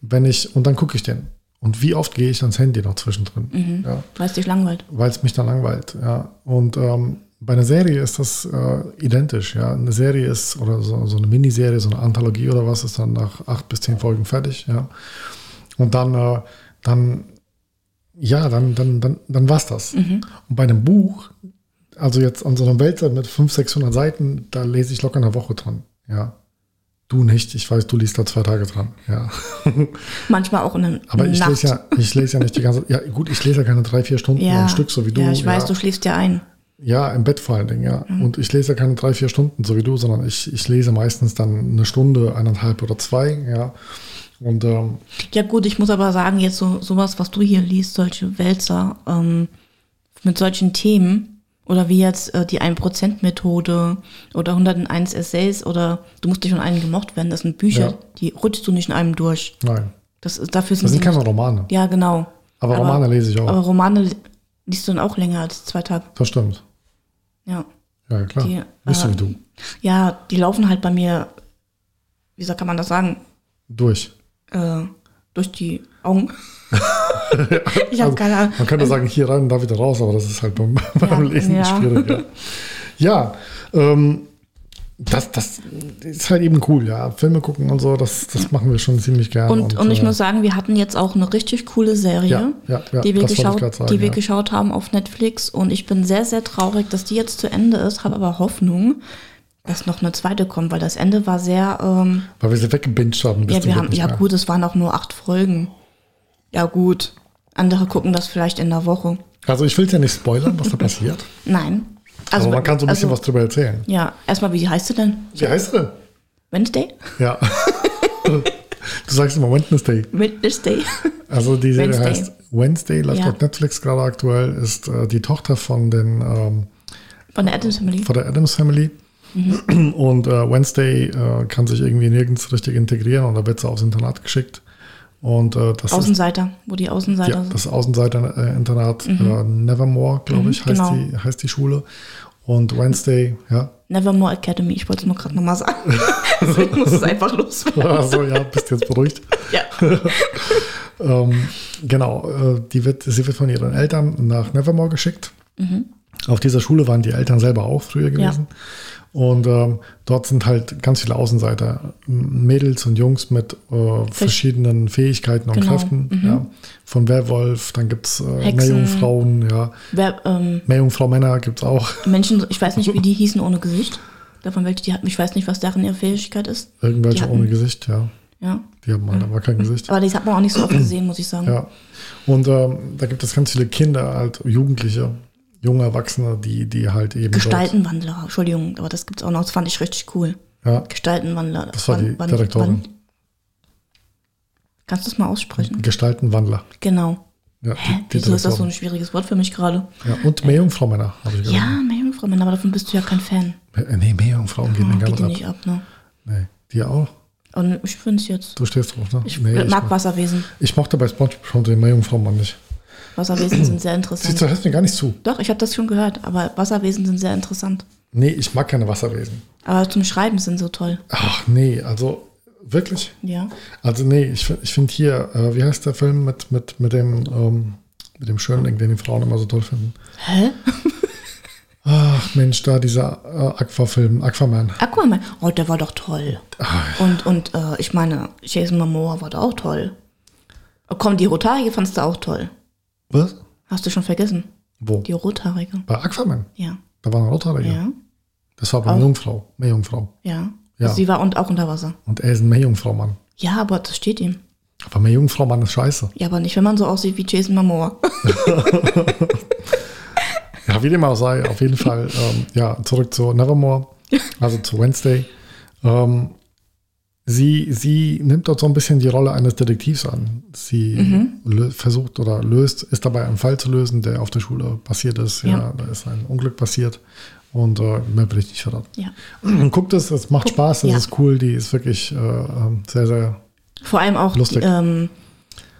Wenn ich, und dann gucke ich den. Und wie oft gehe ich ans Handy noch zwischendrin? Ja, Weil es dich langweilt. weil es mich dann langweilt. Ja. Und ähm, bei einer Serie ist das äh, identisch. Ja. Eine Serie ist, oder so, so eine Miniserie, so eine Anthologie oder was, ist dann nach acht bis zehn Folgen fertig. Ja. Und dann, äh, dann, ja, dann, dann, dann, dann war's das. Mhm. Und bei einem Buch, also jetzt an so einem Wälzer mit 500, 600 Seiten, da lese ich locker eine Woche dran. Ja. Du nicht, ich weiß, du liest da zwei Tage dran. Ja. Manchmal auch in der Aber ich Nacht. lese, ja, ich lese ja nicht die ganze Ja, gut, ich lese ja keine drei, vier Stunden am Stück, so wie du. Ja, ich weiß, du schläfst ja ein. Ja, im Bett vor allen Dingen, ja. Mhm. Und ich lese ja keine drei, vier Stunden, so wie du, sondern ich, ich lese meistens dann eine Stunde, eineinhalb oder zwei, ja. Und ähm, Ja gut, ich muss aber sagen, jetzt so sowas, was du hier liest, solche Wälzer ähm, mit solchen Themen oder wie jetzt äh, die 1%-Methode oder 101 Essays oder du musst nicht von einem gemocht werden, das sind Bücher, Ja. die rutschst du nicht in einem durch. nein, Das, ist- dafür sind das sind die- keine Romane. Ja, genau. Aber Romane lese ich auch. Aber Oh. Romane li- liest du dann auch länger als zwei Tage. Das stimmt. Ja. Ja, klar. Die, Bist du äh, wie du. ja, die laufen halt bei mir, wie soll- kann man das sagen, Durch. äh, durch die *laughs* Augen. ich Also habe keine Ahnung. Man könnte sagen, hier rein und da wieder raus, aber das ist halt beim, *laughs* beim Lesen Also- ja. schwierig. Ja, ja ähm, das, das ist halt eben cool, ja. Filme gucken und so, das, das machen wir schon ziemlich gerne. Und, und ich äh, muss sagen, wir hatten jetzt auch eine richtig coole Serie, Ja, ja, ja, die, wir, das wollte ich gerade geschaut, sagen, die wir ja. geschaut haben auf Netflix. Und ich bin sehr, sehr traurig, dass die jetzt zu Ende ist, habe aber Hoffnung, dass noch eine zweite kommt, weil das Ende war sehr. Ähm, Weil wir sie weggebinged haben. bis ja, zum wir geht haben, halt nicht ja mehr. gut, es waren auch nur acht Folgen. Ja, gut. Andere gucken das vielleicht in der Woche. Also ich will es ja nicht spoilern, *laughs* was da passiert. Nein. Also, aber man kann so ein bisschen was drüber erzählen. Ja, erstmal, wie heißt sie denn? Wie heißt sie? Wednesday? *laughs* Ja. *laughs* du sagst immer Wednesday. Wednesday. Also die Serie Wednesday. heißt Wednesday, läuft Ja. auf Netflix gerade aktuell, ist äh, die Tochter von den ähm, Von der Adams Family. von der Adams Family. Mhm. Und äh, Wednesday äh, kann sich irgendwie nirgends richtig integrieren und da wird sie aufs Internat geschickt. Und äh, das ist Außenseiter, wo die Außenseiter ja, sind. das Außenseiter-Internat äh, Nevermore, glaube ich, heißt, Mhm. genau. die, heißt die Schule. Und Wednesday, ja, *laughs* Nevermore Academy, ich wollte es nur gerade nochmal sagen. *laughs* Deswegen muss es einfach loswerden. *laughs* also ja, bist jetzt beruhigt. Ja. Ähm, genau, äh, die wird, sie wird von ihren Eltern nach Nevermore geschickt. Mhm. Auf dieser Schule waren die Eltern selber auch früher gewesen. Und ähm, dort sind halt ganz viele Außenseiter, M- Mädels und Jungs mit äh, verschiedenen Fähigkeiten und Genau, Kräften. Ja. Von Werwolf, dann gibt es äh, Hexen. Meerjungfrauen, ja. Wer, ähm, Meerjungfrau Männer gibt es auch. *laughs* Menschen, ich weiß nicht, wie die hießen ohne Gesicht. Davon welche die hatten, ich weiß nicht, was deren ihre Fähigkeit ist. Die Irgendwelche hatten- ohne Gesicht, ja. Ja. Die haben Mhm. halt aber kein Gesicht. Aber das hat man auch nicht so oft gesehen, muss ich sagen. Ja. Und ähm, da gibt es ganz viele Kinder, halt Jugendliche, junge Erwachsene, die, die halt eben. Gestaltenwandler, Entschuldigung, aber das gibt's auch noch, das fand ich richtig cool. Dort, ja, Gestaltenwandler. Das war die Direktorin. Kannst du das mal aussprechen? Gestaltenwandler. Genau. Ja, Hä? die, die Wieso ist das so Direktorin. ein schwieriges Wort für mich gerade? ja, und Meerjungfrau-Männer, habe ich Ja, gehört. meine Frau, Mann, aber davon bist du ja kein Fan. Äh, Nee, Meerjungfrauen gehen Oh, den gar geht nicht dir ab. nicht ab, ne? Nee, die auch. Und ich finde es jetzt. Du stehst drauf, ne? Ich nee, mag ich, Wasserwesen. ich mochte bei Spongebob schon den Meerjungfrauen-Mann nicht. Wasserwesen sind sehr Siehst interessant. du, hörst mir gar nicht zu. Doch, ich habe das schon gehört, aber Wasserwesen sind sehr interessant. Nee, ich mag keine Wasserwesen. Aber zum Schreiben sind so toll. Ach nee, also wirklich. Ja. Also nee, ich, fi- ich finde hier, äh, wie heißt der Film mit, mit, mit dem ähm, mit dem Schönling, den die Frauen immer so toll finden? Hä? Ach Mensch, da dieser äh, Aquafilm, Aquaman. Aquaman. Oh, der war doch toll. Und, und äh, ich meine, Jason Momoa war da auch toll. Oh, komm, die Rothaarige fandst du auch toll. Was? Hast du schon vergessen? Wo? Die Rothaarige. Bei Aquaman. Ja. Da war eine Rothaarige. Ja. Das war bei einer Jungfrau, Meerjungfrau. Ja. Ja. Sie war und auch unter Wasser. Und er ist ein Meerjungfrau-Mann. Ja, aber das steht ihm. Aber Meerjungfrau-Mann ist scheiße. Ja, aber nicht, wenn man so aussieht wie Jason Momoa. *laughs* Ja, wie dem auch sei, auf jeden *laughs* Fall. Ähm, ja, zurück zu Nevermore, also zu Wednesday. Ähm, sie, sie nimmt dort so ein bisschen die Rolle eines Detektivs an. Sie Mhm. lö- versucht oder löst, ist dabei einen Fall zu lösen, der auf der Schule passiert ist. Ja, Ja. da ist ein Unglück passiert. Und äh, mehr will ich nicht verraten. *clears throat* Ja. Guckt es, es macht Spaß, es ja. ist cool, die ist wirklich äh, ähm, sehr, sehr. Vor allem auch die, Lustig. ähm,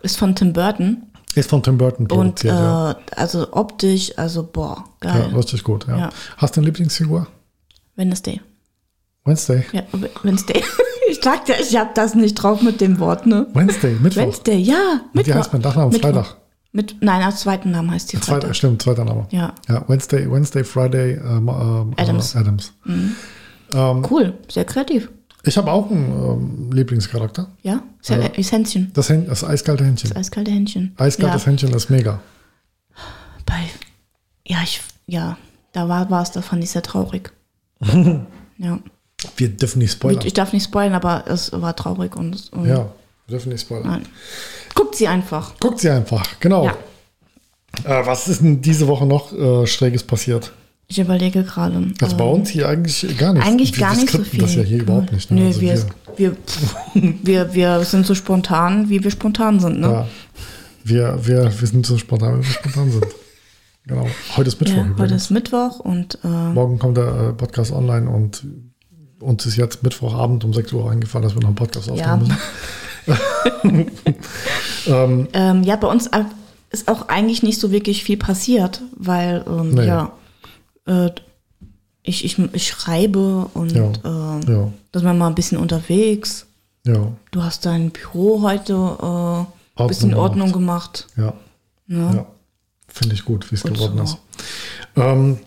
ist von Tim Burton Ist von Tim Burton und produziert. ja. äh, also optisch, also boah, ja, geil. richtig gut. Ja. Ja. Hast du eine Lieblingsfigur? Wednesday. Wednesday. Ja, Wednesday. *laughs* Ich sag dir, ich hab das nicht drauf mit dem Wort, ne? Wednesday, Mittwoch. Wednesday, ja. Und die heißt mein Nachname Mittwoch. Freitag. Mit, nein, als zweiten Namen heißt die Zweiter, Freitag. Stimmt, zweiter Name. Ja. Ja, Wednesday, Wednesday, Friday, ähm, ähm, Adams. Äh, Adams. Cool, sehr kreativ. Ich habe auch einen ähm, Lieblingscharakter. Ja, sehr, Ja. das Händchen. Das, Händ, das eiskalte Händchen. Das eiskalte Händchen. Eiskaltes ja. Händchen ist mega. Bei, ja, ich, ja, da war es, da fand ich *laughs* sehr traurig. ja. Wir dürfen nicht spoilern. Ich, ich darf nicht spoilen, aber es war traurig und, und ja, wir dürfen nicht spoilern. nein. Guckt sie einfach. Guckt sie einfach, genau. Ja. Äh, was ist denn diese Woche noch äh, Schräges passiert? Ich überlege gerade. Also bei ähm, uns hier eigentlich gar nichts. Eigentlich wir, gar wir nicht so skripten viel. das ja hier überhaupt nicht. Ne? Nö, also wir, wir, pff, wir, *laughs* wir sind so spontan, wie wir spontan sind, ne? ja, wir, wir, wir sind so spontan, wie wir spontan *laughs* sind. Genau. Heute ist Mittwoch Ja, heute übrigens. ist Mittwoch und äh, Morgen kommt der äh, Podcast online und uns ist jetzt Mittwochabend um 6 Uhr eingefallen, dass wir noch einen Podcast ja. aufnehmen müssen. *laughs* *laughs* ähm, ja, bei uns äh, ist auch eigentlich nicht so wirklich viel passiert, weil ähm, Nee. ja äh, ich, ich, ich schreibe und Ja. ähm, Ja, da sind wir mal ein bisschen unterwegs. ja, Du hast dein Büro heute äh, ein bisschen gemacht. Ordnung gemacht. ja. Ne? ja. Finde ich gut, wie es Und geworden so. ist. Ähm,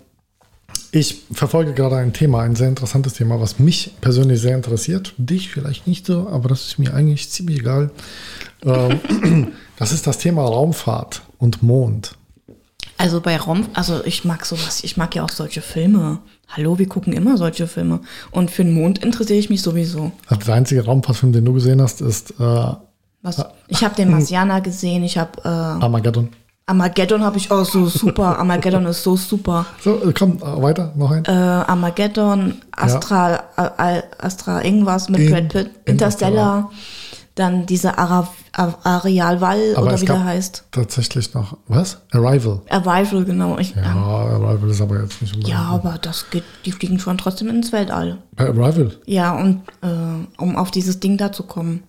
ich verfolge gerade ein Thema, ein sehr interessantes Thema, was mich persönlich sehr interessiert. Dich vielleicht nicht so, aber das ist mir eigentlich ziemlich egal. Ähm, *clears throat* das ist das Thema Raumfahrt und Mond. Also bei Rom, also ich mag sowas, ich mag ja auch solche Filme. Hallo, wir gucken immer solche Filme. Und für den Mond interessiere ich mich sowieso. Also der einzige Raumfahrtfilm, den du gesehen hast, ist äh, Was, ich habe den Marsianer gesehen, ich habe äh, Armageddon. Armageddon habe ich auch so super. Armageddon ist so super. So, äh, komm, äh, weiter, noch ein. Äh, Armageddon, Astra, Al- Astra irgendwas mit In- Brad Pitt, Interstellar. Interstellar. dann diese Ara A- Arealwall Aber oder es wie der gab- heißt. Tatsächlich noch. Was? Arrival. Arrival, genau. Ich, Ja, Arrival ist aber jetzt nicht unbedingt. ja, aber das geht, die fliegen schon trotzdem ins Weltall. Bei Arrival. Ja, und äh, um auf dieses Ding da zu kommen,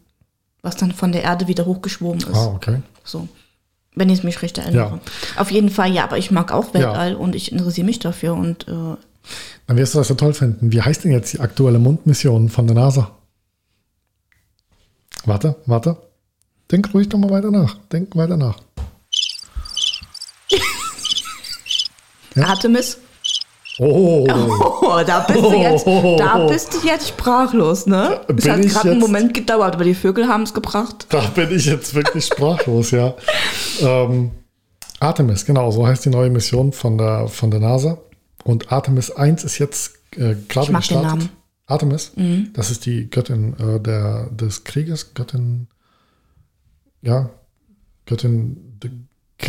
was dann von der Erde wieder hochgeschwommen ist. Ah, okay. So. Wenn ich es mich recht erinnere. Auf jeden Fall, ja, aber ich mag auch Weltall und ich interessiere mich dafür und äh, Dann wirst du das ja toll finden. Wie heißt denn jetzt die aktuelle Mondmission von der NASA? Warte, warte. Denk ruhig doch mal weiter nach. Denk weiter nach. Ja. Artemis. *laughs* Oh, Oh, da bist du jetzt, Oh. da bist du jetzt sprachlos, ne? Bin Es hat ich gerade einen jetzt- Moment gedauert, aber die Vögel haben es gebracht. da bin ich jetzt wirklich sprachlos, ja. Ähm, Artemis, genau, so heißt die neue Mission von der, von der NASA. Und Artemis 1 ist jetzt äh, gerade Ich mag den gestartet. Namen. Mhm. Artemis, das ist die Göttin äh, der, des Krieges, Göttin, ja, Göttin, der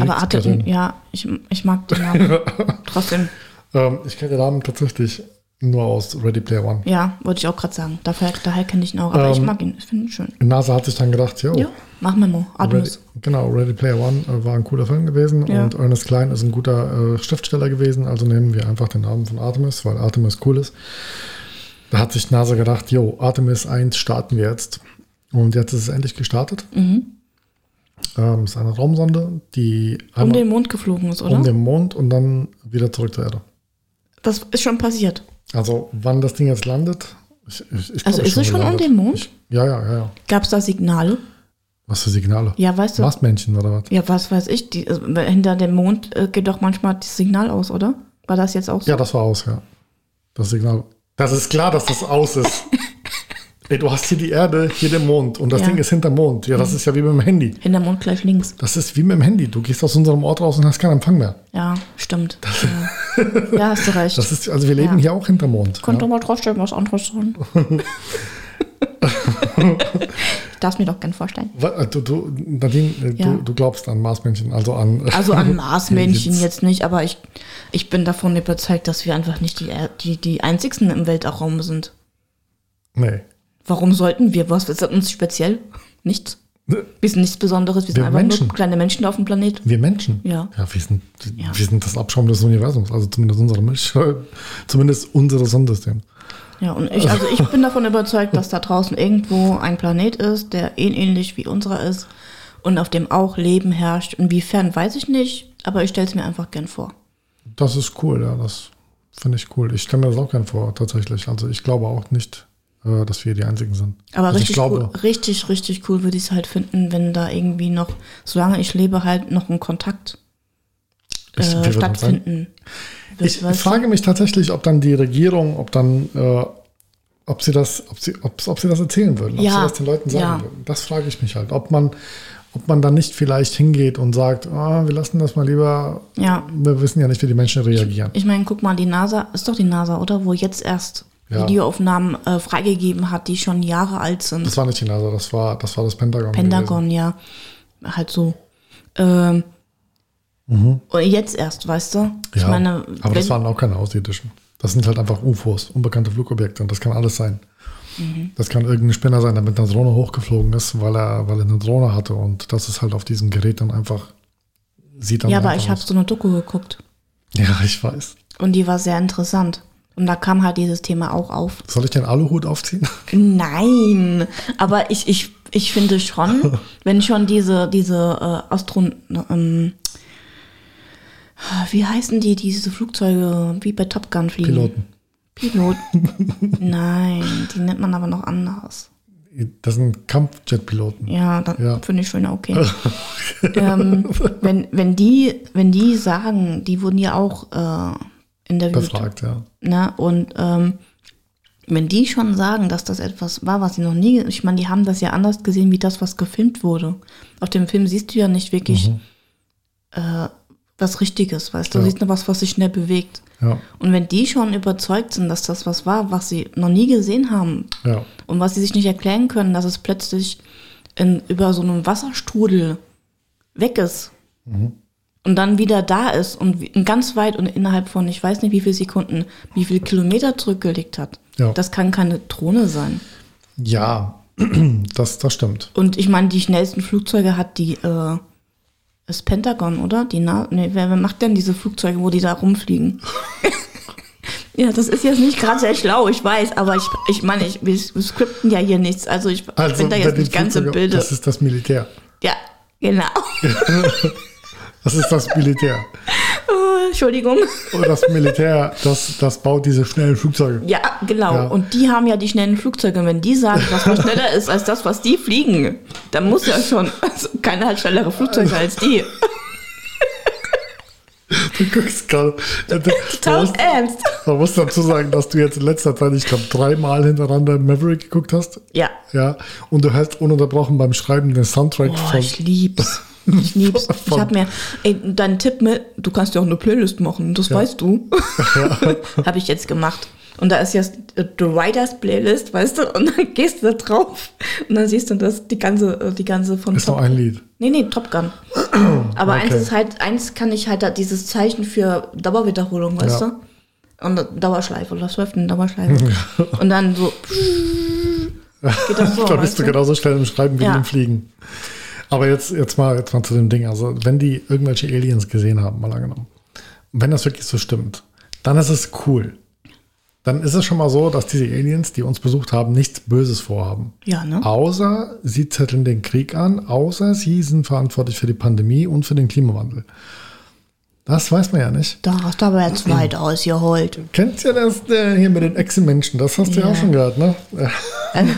Aber Artemis, Kriegsgöttin. ja, ich, ich mag *laughs* den Namen. Trotzdem, Ähm, ich kenne den Namen tatsächlich nur aus Ready Player One. ja, wollte ich auch gerade sagen. Daher, daher kenne ich ihn auch, aber ich Ähm. mag ihn. Ich finde ihn schön. NASA hat sich dann gedacht, jo, Ja, mach Memo. Ready, Artemis. genau, Ready Player One äh, war ein cooler Film gewesen Ja. und Ernest Klein ist ein guter äh, Schriftsteller gewesen, also nehmen wir einfach den Namen von Artemis, weil Artemis cool ist. Da hat sich NASA gedacht, jo, Artemis 1 starten wir jetzt. Und jetzt ist es endlich gestartet. Mhm. Ähm, ist eine Raumsonde, die Um einmal den Mond geflogen ist, oder? um den Mond und dann wieder zurück zur Erde. das ist schon passiert. Also wann das Ding jetzt landet, ich, ich, ich Also glaub, ist es schon um gelandet. den Mond? Ja, ja, ja, ja. Gab es da Signale? Was für Signale? Ja, also weißt du. Mastmännchen oder was? Ja, was weiß ich. Die, also hinter dem Mond äh, geht doch manchmal das Signal aus, oder? War das jetzt auch so? Ja, das war aus, ja. Das Signal. Das ist klar, dass das aus ist. *laughs* Ey, du hast hier die Erde, hier den Mond und das Ja. Mhm. Ding ist hinterm Mond. Ja, das ist ja wie mit dem Handy. Hinter Mond gleich links. Das ist wie mit dem Handy. Du gehst aus unserem Ort raus und hast keinen Empfang mehr. Ja, *laughs* stimmt. ja. ja, hast du recht. Das ist, also wir leben Ja. hier auch hinterm Mond. Könnt Ja. doch mal trotzdem was anderes *laughs* sein. ich darf mir doch gern vorstellen. Wa- äh, Du, du, Nadine, äh, Ja. du, du glaubst an Marsmännchen, also an. Also an Marsmännchen Jetzt. jetzt. nicht, aber ich, ich bin davon überzeugt, dass wir einfach nicht die, Er- die, die einzigsten im Weltraum sind. *laughs* Nee. Warum sollten wir was? Ist das uns speziell? Nichts. Wir sind nichts Besonderes, wir sind Ne. Wir einfach Menschen. nur kleine Menschen auf dem Planet. Wir Menschen. Ja. Ja, wir sind, Ja. Wir sind das Abschaum des Universums, also zumindest unsere Milch, *laughs* zumindest unseres Sonnensystems. Ja, und ich, also ich bin davon überzeugt, dass da draußen irgendwo ein Planet ist, der ähn- ähnlich wie unserer ist und auf dem auch Leben herrscht. Inwiefern weiß ich nicht, aber ich stelle es mir einfach gern vor. Das ist cool, ja, das finde ich cool. Ich stelle mir das auch gern vor, tatsächlich. Also ich glaube auch nicht, äh, dass wir die Einzigen sind. Aber also richtig, ich glaube, cool, richtig, richtig cool würde ich es halt finden, wenn da irgendwie noch, solange ich lebe, halt noch ein Kontakt ich, wir äh, würden sein- stattfinden wird. Ich weißt du? frage mich tatsächlich, ob dann die Regierung, ob dann, äh, ob sie das, ob sie, ob, ob sie das erzählen würden, ob Ja, sie das den Leuten sagen ja. würden. Das frage ich mich halt, ob man, ob man dann nicht vielleicht hingeht und sagt, ah, wir lassen das mal lieber. Ja. Wir wissen ja nicht, wie die Menschen reagieren. Ich meine, guck mal, die NASA, ist doch die NASA, oder? Wo jetzt erst Ja. Videoaufnahmen äh, freigegeben hat, die schon Jahre alt sind. Das war nicht die NASA, das war, das war das Pentagon. gewesen. Pentagon, ja. Halt so. Ähm, Und jetzt erst, weißt du? Ich Mhm. ja, meine, aber das wenn- waren auch keine Außerirdischen. Das sind halt einfach UFOs, unbekannte Flugobjekte und das kann alles sein. Mhm. Das kann irgendein Spinner sein, der mit einer Drohne hochgeflogen ist, weil er, weil er eine Drohne hatte und das ist halt auf diesem Gerät dann einfach sieht dann ja, aber einfach ich habe aus. so eine Doku geguckt Ja, ich weiß. und die war sehr interessant. Und da kam halt dieses Thema auch auf. Soll ich den Aluhut *laughs* aufziehen? Nein, aber ich, ich, ich *laughs* finde schon, wenn schon diese, diese äh, Astron... Ähm, wie heißen die, diese Flugzeuge, wie bei Top Gun fliegen? Piloten. Piloten. *laughs* Nein, die nennt man aber noch anders. Das sind Kampfjet-Piloten. Ja, dann Ja. finde ich *laughs* schon okay. ähm, wenn, wenn, die, wenn die sagen, die wurden ja auch äh, interviewt. Befragt, ja. Ne? Und ähm, wenn die schon sagen, dass das etwas war, was sie noch nie, ich meine, die haben das ja anders gesehen, wie das, was gefilmt wurde. Auf dem Film siehst du ja nicht wirklich äh, was Richtiges, weißt du, Ja. du siehst nur was, was sich schnell bewegt. Ja, Und wenn die schon überzeugt sind, dass das was war, was sie noch nie gesehen haben, ja. und was sie sich nicht erklären können, dass es plötzlich in, über so einem Wasserstrudel weg ist und dann wieder da ist und wie- und ganz weit und innerhalb von ich weiß nicht wie viel Sekunden, wie viel Kilometer zurückgelegt hat. Ja. Das kann keine Drohne sein. Ja, *clears throat* Das, das stimmt. Und ich meine, die schnellsten Flugzeuge hat die äh, das Pentagon, oder? Die Na nee, wer, wer macht denn diese Flugzeuge, wo die da rumfliegen? *laughs* ja, das ist jetzt nicht gerade sehr schlau, ich weiß, aber ich, ich meine, ich, wir skripten ja hier nichts. Also ich, ich bin da wenn jetzt die nicht ganz im Flugzeuge- Bilde. Das ist das Militär. Ja, genau. *laughs* Das ist das Militär. Oh, Entschuldigung. Und das Militär, das, das baut diese schnellen Flugzeuge. Ja, genau. Ja. Und die haben ja die schnellen Flugzeuge. Und wenn die sagen, dass man schneller ist als das, was die fliegen, dann muss ja schon. Also keiner hat schnellere Flugzeuge *laughs* als die. Du guckst gerade. äh, Du *laughs* Tausend musst- ernst. Man muss dazu sagen, dass du jetzt in letzter Zeit, ich glaube, dreimal hintereinander Maverick geguckt hast. Ja. Ja. Und du hältst ununterbrochen beim Schreiben den Soundtrack Boah, von. ich lieb's. *laughs* Ich lieb's. Ich Von- hab mir, ey, dein Tipp mit, du kannst ja auch eine Playlist machen, das *laughs* weißt du. Habe ich jetzt gemacht. Und da ist jetzt äh, The Riders Playlist, weißt du, und dann gehst du da drauf und dann siehst du das, die ganze, äh, die ganze von Ist noch ein Lied. Nee, nee, *clears throat* Top Gun. Aber eins Okay. ist halt, eins kann ich halt da dieses Zeichen für Dauerwiederholung, weißt Ja. du? Und Dauerschleife, oder das läuft *laughs* eine Dauerschleife. Und dann so. Geht das so, da bist weißt du genau- du? genauso schnell im Schreiben wie Ja. im Fliegen. Aber jetzt, jetzt, mal, jetzt mal zu dem Ding. Also, wenn die irgendwelche Aliens gesehen haben, mal angenommen, wenn das wirklich so stimmt, dann ist es cool. Dann ist es schon mal so, dass diese Aliens, die uns besucht haben, nichts Böses vorhaben. Ja, ne? Außer sie zetteln den Krieg an, außer sie sind verantwortlich für die Pandemie und für den Klimawandel. Das weiß man ja nicht. Da hast du *clears throat* aber jetzt weit ausgeholt. Kennt ihr das äh, hier mit den Echsenmenschen? Das hast du ja Ja. auch schon gehört, ne? *laughs* Nein,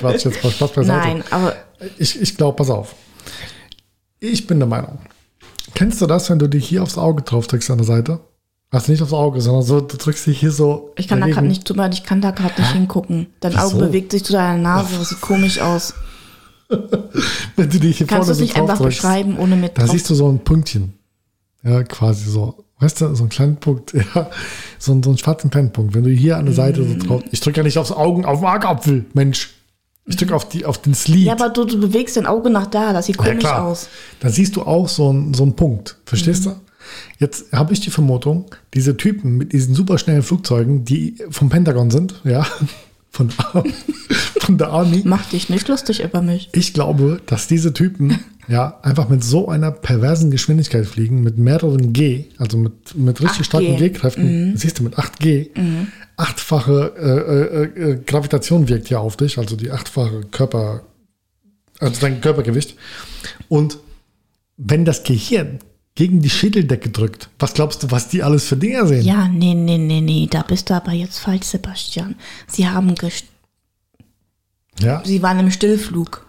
Quatsch, jetzt mal Spaß beiseite. Äh, Nein, aber Ich, ich glaube, pass auf. Ich bin der Meinung. Kennst du das, wenn du dich hier aufs Auge drauf drückst an der Seite? Also nicht aufs Auge, sondern so, du drückst dich hier so. ich kann da dagegen. gerade nicht drüber, ich kann da gerade nicht hingucken. Dein Wieso? Auge bewegt sich zu deiner Nase, das sieht komisch aus. Wenn du dich hier Kannst vorne du es so nicht drauf einfach drückst, beschreiben, ohne mit Da drauf- siehst du so ein Pünktchen. Ja, quasi so. Weißt du, so einen kleinen Punkt. *laughs* Ja, so, einen- so einen schwarzen kleinen Punkt. Wenn du hier an der Seite so drauf. Ich drücke ja nicht aufs Augen, auf den Augapfel, Mensch. Ich drücke auf, die, auf den Sleeve. Ja, aber du, du bewegst dein Auge nach da, das sieht Ja, komisch klar. aus. Mhm. Da siehst du auch so, einen- so einen Punkt. Verstehst du? Jetzt habe ich die Vermutung, diese Typen mit diesen superschnellen Flugzeugen, die vom Pentagon sind, ja, *laughs* von, von der Army, Mach dich nicht lustig über mich. ich glaube, dass diese *laughs* Typen ja einfach mit so einer perversen Geschwindigkeit fliegen, mit mehreren G, also mit, mit richtig 8G. starken Mhm. G-Kräften, siehst du, mit 8G, achtfache äh, äh, äh, Gravitation wirkt hier auf dich, also die achtfache Körper, also dein Körpergewicht. Und wenn das Gehirn gegen die Schädeldecke drückt, was glaubst du, was die alles für Dinger sehen? Ja, nee, nee, nee, nee, da bist du aber jetzt falsch, Sebastian. Sie haben gest Ja, sie waren im Stillflug.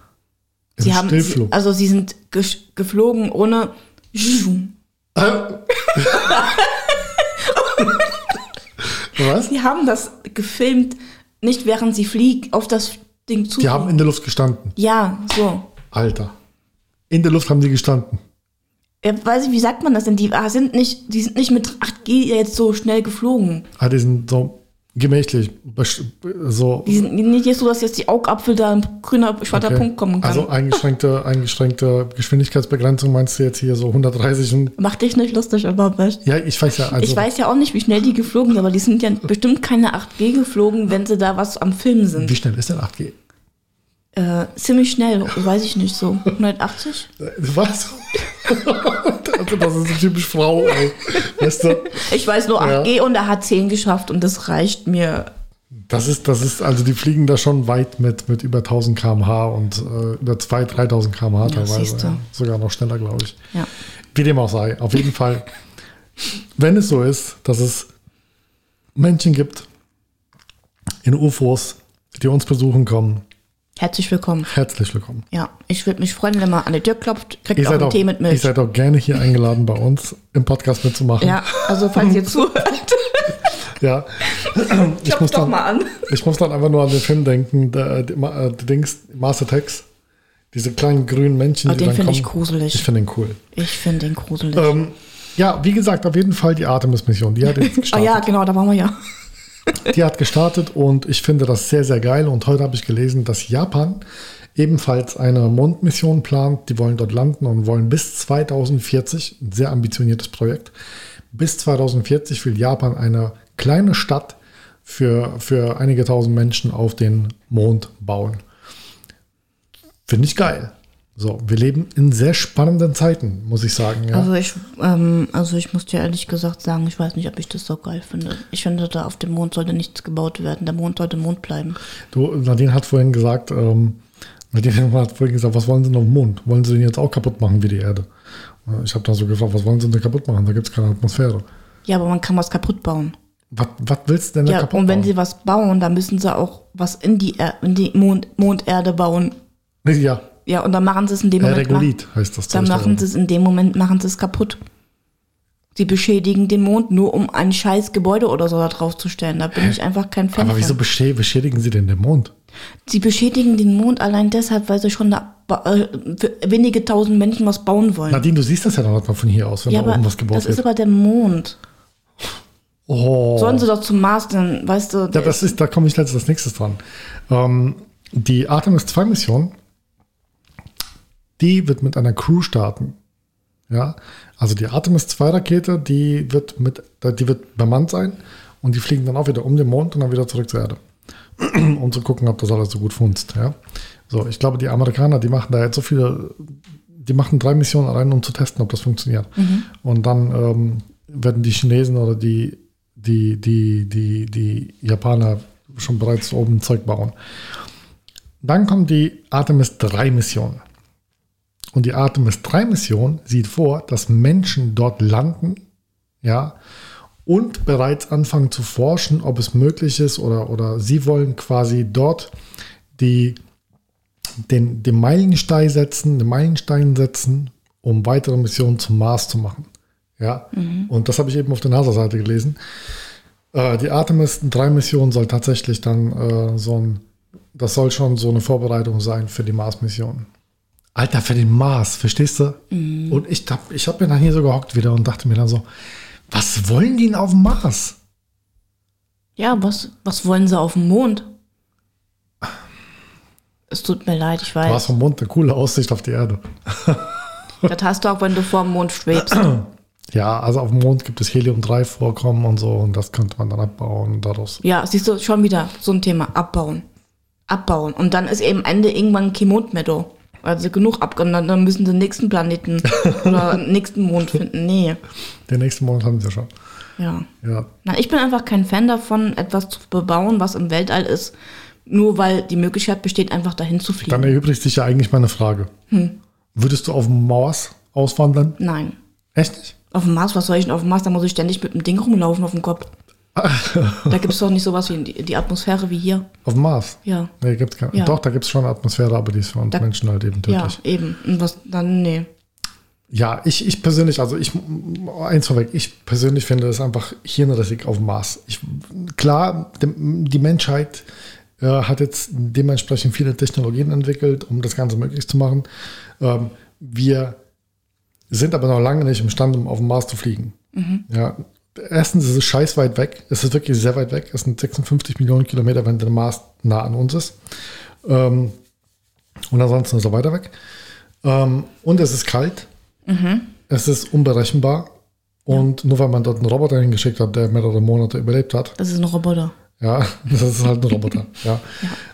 im Sie haben Stillflug. Sie, also sie sind ges- geflogen ohne Sie äh, *laughs* was? haben das gefilmt, nicht während sie fliegt auf das Ding zu. Die haben in der Luft gestanden. ja, so. Alter. In der Luft haben die gestanden. Ja, weiß ich, wie sagt man das denn? Die ah, sind nicht, die sind nicht mit 8G jetzt so schnell geflogen. Ah, die sind so gemächlich. besch- So. Die sind nicht jetzt so, dass jetzt die Augapfel da ein grüner, schwarzer okay. Punkt kommen kann. Also *laughs* eingeschränkte, eingeschränkte Geschwindigkeitsbegrenzung meinst du jetzt hier so 130 und. Mach dich nicht lustig, aber was? Ja, ich weiß ja. Also, Ich weiß ja auch nicht, wie schnell die geflogen sind, aber die sind ja bestimmt keine 8G geflogen, wenn sie da was am Film sind. Wie schnell ist denn 8G? Äh, ziemlich schnell, weiß ich nicht so. 180? Äh, Was? *laughs* also, das ist typisch Frau, ey. Weißt du? Ich weiß nur Ja. 8G und er hat 10 geschafft und das reicht mir. Das ist, das ist, also die fliegen da schon weit mit, mit über 1000 km/h und äh, über 2000, 3000 km/h teilweise. siehst du. Ja. Sogar noch schneller, glaube ich. Ja. Wie dem auch sei, auf jeden Fall, wenn es so ist, dass es Menschen gibt in UFOs, die uns besuchen kommen, Herzlich willkommen. herzlich willkommen. Ja, ich würde mich freuen, wenn man an die Tür klopft, kriegt Ihr auch einen seid, auch, Tee mit ihr Milch. seid auch gerne hier eingeladen bei uns im Podcast mitzumachen. Ja, also *laughs* falls ihr zuhört, ja. Ich, klopft doch mal an. ich muss dann einfach nur an den Film denken, der, der, Ma- äh, der Dings, Master Tex. Diese kleinen grünen Menschen, Oh, die den dann finde kommen. ich gruselig. Ich finde den cool. Ich finde den gruselig. Ähm, ja, wie gesagt, auf jeden Fall die Artemis-Mission. Die hat jetzt *laughs* Ah gestartet. ja, genau, da waren wir ja. Die hat gestartet und ich finde das sehr, sehr geil. Und heute habe ich gelesen, dass Japan ebenfalls eine Mondmission plant. Die wollen dort landen und wollen bis 2040, ein sehr ambitioniertes Projekt, bis 2040 will Japan eine kleine Stadt für, für einige tausend Menschen auf den Mond bauen. Finde ich geil. So, wir leben in sehr spannenden Zeiten, muss ich sagen. Ja. Also ich, ähm, also ich muss dir ehrlich gesagt sagen, ich weiß nicht, ob ich das so geil finde. Ich finde, da auf dem Mond sollte nichts gebaut werden. Der Mond sollte Mond bleiben. du, Nadine hat vorhin gesagt, ähm, Nadine *laughs* hat vorhin gesagt, was wollen sie denn auf dem Mond? Wollen sie den jetzt auch kaputt machen wie die Erde? Äh, Ich habe dann so gefragt, was wollen sie denn kaputt machen? Da gibt es keine Atmosphäre. Ja, aber man kann was kaputt bauen. Was, was willst du denn da Ja, kaputt und wenn machen? sie was bauen, dann müssen sie auch was in die, er in die Mond Monderde bauen. ja, Ja, und dann machen sie es in dem Moment. Erregolit heißt das. Dann Zeug da machen sie es in dem Moment, machen sie es kaputt. Sie beschädigen den Mond nur, um ein scheiß Gebäude oder so da drauf zu stellen. Da bin ich einfach kein Fan Aber wieso von. beschä- beschädigen sie denn den Mond? Sie beschädigen den Mond allein deshalb, weil sie schon da, äh, für wenige tausend Menschen was bauen wollen. Nadine, du siehst das ja dann manchmal von hier aus, wenn ja, da aber oben was gebaut das ist wird. aber der Mond. Oh. Sollen sie doch zum Mars, dann weißt du. Ja, das ist, da komme ich als nächstes dran. Ähm, die Artemis 2 Mission, die wird mit einer Crew starten. Ja, also die Artemis 2 Rakete, die wird mit, die wird bemannt sein und die fliegen dann auch wieder um den Mond und dann wieder zurück zur Erde, *clears throat* um zu gucken, ob das alles so gut funzt. Ja, so ich glaube, die Amerikaner, die machen da jetzt so viele, die machen drei Missionen allein, um zu testen, ob das funktioniert. Und dann ähm, werden die Chinesen oder die die, die, die, die Japaner schon bereits oben Zeug bauen. Dann kommt die Artemis 3 Mission. Und die Artemis 3 Mission sieht vor, dass Menschen dort landen, ja, und bereits anfangen zu forschen, ob es möglich ist oder, oder sie wollen quasi dort die, den, den Meilenstein setzen, den Meilenstein setzen, um weitere Missionen zum Mars zu machen. Ja, und das habe ich eben auf der NASA-Seite gelesen. Äh, die Artemis 3-Mission soll tatsächlich dann äh, so ein, das soll schon so eine Vorbereitung sein für die Mars-Mission. Alter, für den Mars, verstehst du? Und ich habe ich hab mir dann hier so gehockt wieder und dachte mir dann so, was wollen die denn auf dem Mars? ja, was, was wollen sie auf dem Mond? Es tut mir leid, ich Du hast weiß. vom Mond eine coole Aussicht auf die Erde. Das hast du auch, wenn du vor dem Mond schwebst. Ja, also auf dem Mond gibt es Helium-3-Vorkommen und so und das könnte man dann abbauen und daraus. Ja, siehst du, schon wieder so ein Thema. Abbauen. Abbauen. Und dann ist eben Ende irgendwann kein Mond mehr da. Weil sie genug abgenommen haben, dann müssen sie den nächsten *laughs* Planeten oder den nächsten Mond finden. Nee. Den nächsten Mond haben sie schon. Ja. Ja, Na, ich bin einfach kein Fan davon, etwas zu bebauen, was im Weltall ist, nur weil die Möglichkeit besteht, einfach dahin zu Dann fliegen. erübrigt sich ja eigentlich meine Frage. Hm. Würdest du auf dem Mars auswandern? Nein. Echt nicht? Auf dem Mars, was soll ich denn auf dem Mars? Da muss ich ständig mit dem Ding rumlaufen auf dem *laughs* Kopf. da gibt es doch nicht sowas wie die, die Atmosphäre wie hier. Auf dem Mars? Ja. Nee, gibt's keine. Ja. Doch, da gibt es schon Atmosphäre, aber die ist für uns Da- Menschen halt eben tödlich. Ja, eben. Und was dann, nee. Ja, ich, ich persönlich, also ich, eins vorweg, ich persönlich finde es einfach hirnrissig auf dem Mars. Ich, klar, dem- die Menschheit äh, hat jetzt dementsprechend viele Technologien entwickelt, um das Ganze möglich zu machen. Ähm, wir sind aber noch lange nicht imstande, um auf dem Mars zu fliegen. Ja, erstens ist es scheiß weit weg. Es ist wirklich sehr weit weg. Es sind 56 Millionen Kilometer, wenn der Mars nah an uns ist. Ähm, und ansonsten ist er weiter weg. Ähm, und es ist kalt. Es ist unberechenbar. Und nur weil man dort einen Roboter hingeschickt hat, der mehrere Monate überlebt hat, Das ist ein Roboter. ja, *laughs* das ist halt ein Roboter. ja.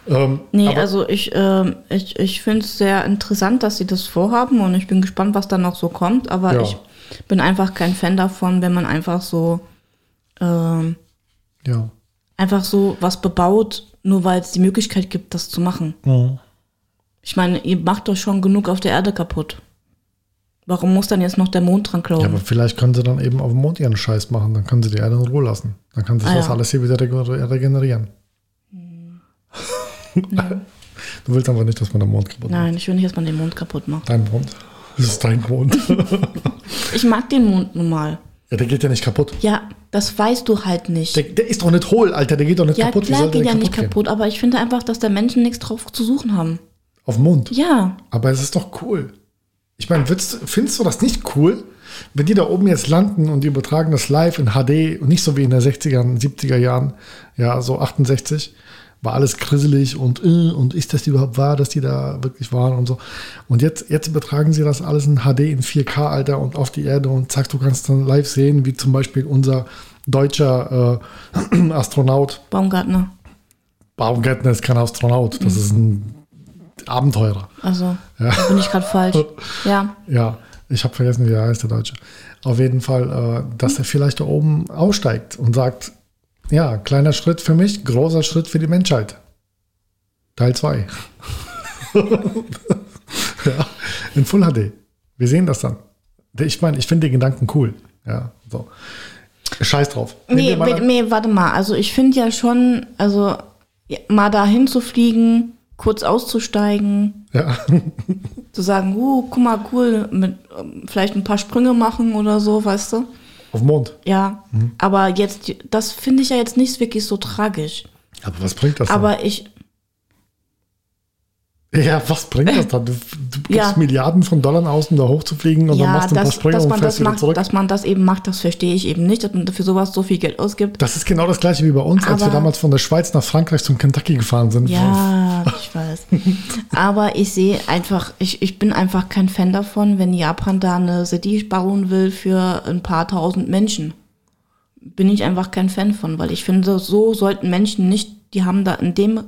Ähm, Nee, aber also ich, ähm, ich, ich finde es sehr interessant, dass sie das vorhaben und ich bin gespannt, was da noch so kommt. Aber Ja. ich bin einfach kein Fan davon, wenn man einfach so ähm, ja. einfach so was bebaut, nur weil es die Möglichkeit gibt, das zu machen. Ich meine, ihr macht doch schon genug auf der Erde kaputt. Warum muss dann jetzt noch der Mond dran ja, glauben? aber vielleicht können sie dann eben auf dem Mond ihren Scheiß machen. Dann können sie die Erde in Ruhe lassen. Dann kann sich Ah, das ja. Hm. alles hier wieder regen- regenerieren. *laughs* du willst einfach nicht, dass man den Mond kaputt macht. Nein, ich will nicht, dass man den Mond kaputt macht. Dein Mond. Das ist dein Mond. *laughs* Ich mag den Mond nun mal. ja, der geht ja nicht kaputt. Ja, das weißt du halt nicht. Der, der ist doch nicht hohl, Alter. Der geht doch nicht ja, kaputt. Wie klar soll der geht ja denn nicht gehen? kaputt, aber ich finde einfach, dass der Menschen nichts drauf zu suchen haben. Auf dem Mond. Ja, Aber es ist doch cool. Ich meine, würdest- findest du das nicht cool, wenn die da oben jetzt landen und die übertragen das live in HD und nicht so wie in den 60ern, 70er Jahren, ja, so 68, war alles grisselig und, äh, und ist das überhaupt wahr, dass die da wirklich waren und so. Und jetzt, jetzt übertragen sie das alles in HD, in 4K, Alter, und auf die Erde und zack, du kannst dann live sehen, wie zum Beispiel unser deutscher äh, *clears throat* Astronaut Baumgartner. Baumgärtner ist kein Astronaut. Das ist ein Abenteurer. Also, da bin ich gerade falsch. Ja, Ja, ich habe vergessen, wie er heißt, der Deutsche. Auf jeden Fall, äh, Hm. dass er vielleicht da oben aussteigt und sagt, ja, kleiner Schritt für mich, großer Schritt für die Menschheit. Teil 2. *laughs* ja, in Full HD. Wir sehen das dann. Ich meine, ich finde den Gedanken cool. Ja, so. Scheiß drauf. Nehmen Nee, wir mal wait, an- nee, warte mal. Also ich finde ja schon, also ja, mal dahin zu fliegen, kurz auszusteigen, ja. *laughs* zu sagen, uh, guck mal, cool, mit ähm, vielleicht ein paar Sprünge machen oder so, weißt du? Auf den Mond. Ja. Mhm. Aber jetzt, das finde ich ja jetzt nicht wirklich so tragisch. Aber was bringt das Aber ich, dann? Ja, was bringt das dann? Du, du gibst Ja. Milliarden von Dollar aus, um da hochzufliegen und dann ja, machst du ein paar dass, Sprünge dass und man fährst das wieder macht, zurück. dass man das eben macht, das verstehe ich eben nicht, dass man für sowas so viel Geld ausgibt. Das ist genau das gleiche wie bei uns, als wir Aber- damals von der Schweiz nach Frankreich zum Kentucky gefahren sind. Ja, ich weiß. Aber ich sehe einfach, ich, ich bin einfach kein Fan davon, wenn Japan da eine City bauen will für ein paar tausend Menschen. Bin ich einfach kein Fan von, weil ich finde, so sollten Menschen nicht, die haben da in dem,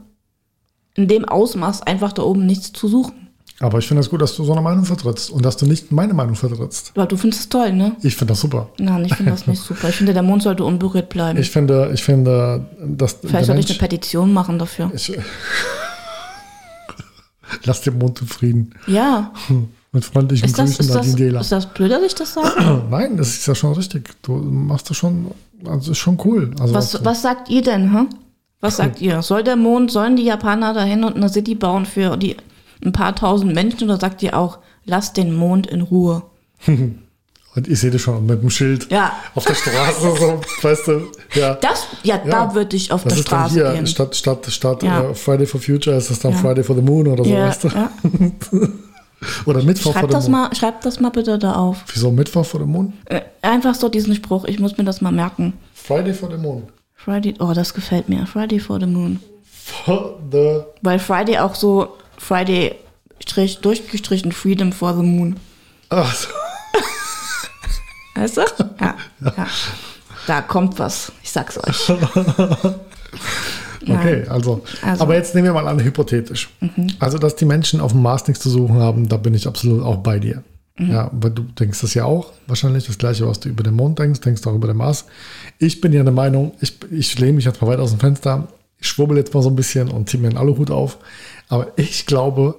in dem Ausmaß einfach da oben nichts zu suchen. Aber ich finde es das gut, dass du so eine Meinung vertrittst und dass du nicht meine Meinung vertrittst. Aber du findest es toll, ne? Ich finde das super. Nein, ich finde das nicht super. Ich finde, der Mond sollte unberührt bleiben. Ich finde, ich finde, dass Vielleicht der sollte ich eine Mensch, Petition machen dafür. ich, *laughs* lass den Mond zufrieden Ja. mit freundlichen Ist das, Grüßen ist, an das, die Dela. ist das blöd, dass ich das sage? Nein, das ist ja schon richtig. Du machst das schon, also ist schon cool. Also Was, was sagt ihr denn, hä? Was sagt ihr? Soll der Mond, sollen die Japaner dahin und eine City bauen für die ein paar tausend Menschen oder sagt ihr auch, lasst den Mond in Ruhe? Und ich sehe dich schon mit dem Schild Ja. auf der Straße, so, weißt du, ja. Das, ja, da würde ich auf das der ist dann Straße hier, gehen. Statt, statt, statt Ja. äh, Friday for Future ist das dann Ja. Friday for the Moon oder so, Ja, weißt du? *laughs* ja. Oder Mittwoch vor Schreibt dem das Mond. mal, schreibt das mal bitte da auf. Wieso Mittwoch vor dem Mond? Äh, Einfach so diesen Spruch, ich muss mir das mal merken. Friday vor dem Mond. Friday, oh, das gefällt mir. Friday for the Moon. For the Weil Friday auch so Friday strich, durchgestrichen Freedom for the Moon. Ach, so. Weißt du? Ja, ja. Da kommt was. Ich sag's euch. okay, also. Also. Aber jetzt nehmen wir mal an, hypothetisch. Also, dass die Menschen auf dem Mars nichts zu suchen haben, da bin ich absolut auch bei dir. Ja, weil du denkst das ja auch. Wahrscheinlich das Gleiche, was du über den Mond denkst, denkst du auch über den Mars. Ich bin ja der Meinung, ich, ich lehne mich jetzt mal weit aus dem Fenster, ich schwubbel jetzt mal so ein bisschen und ziehe mir einen Aluhut auf. Aber ich glaube,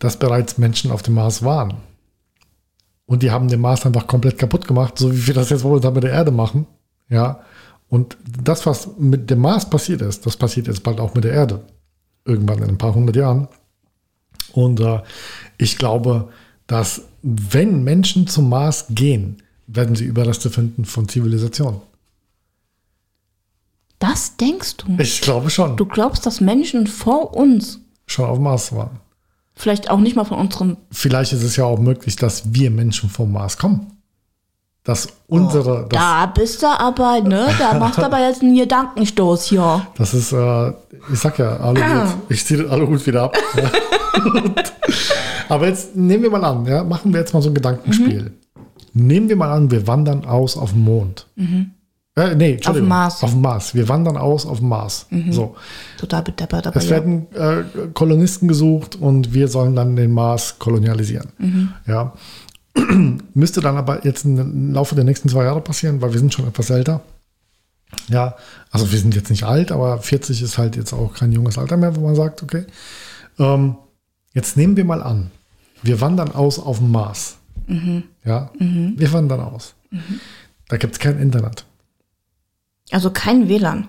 dass bereits Menschen auf dem Mars waren. Und die haben den Mars einfach komplett kaputt gemacht, so wie wir das jetzt momentan mit der Erde machen. Ja. Und das, was mit dem Mars passiert ist, das passiert jetzt bald auch mit der Erde. Irgendwann in ein paar hundert Jahren. Und äh, ich glaube, dass wenn Menschen zum Mars gehen, werden sie Überreste finden von Zivilisation. Das denkst du? Ich glaube schon. Du glaubst, dass Menschen vor uns, Schon auf dem Mars waren. vielleicht auch nicht mal von unserem, Vielleicht ist es ja auch möglich, dass wir Menschen vom Mars kommen. Dass unsere, dass da bist du aber, ne, *laughs* da machst du aber jetzt einen Gedankenstoß hier. Das ist, äh, ich sag ja, Aluhut. Ich ziehe den Aluhut wieder ab. Ja. Aber jetzt nehmen wir mal an, ja, machen wir jetzt mal so ein Gedankenspiel. Nehmen wir mal an, wir wandern aus auf den Mond. Äh, nee, Entschuldigung. Mars. Auf den Mars. Wir wandern aus auf den Mars. So. Total bedeppert, aber Es ja. werden äh, Kolonisten gesucht und wir sollen dann den Mars kolonialisieren. Ja. *clears throat* Müsste dann aber jetzt im Laufe der nächsten zwei Jahre passieren, weil wir sind schon etwas älter. Ja, also wir sind jetzt nicht alt, aber 40 ist halt jetzt auch kein junges Alter mehr, wo man sagt, okay. Ähm, jetzt nehmen wir mal an, wir wandern aus auf den Mars. Ja, wir wandern aus. Da gibt es kein Internet. Also kein WLAN.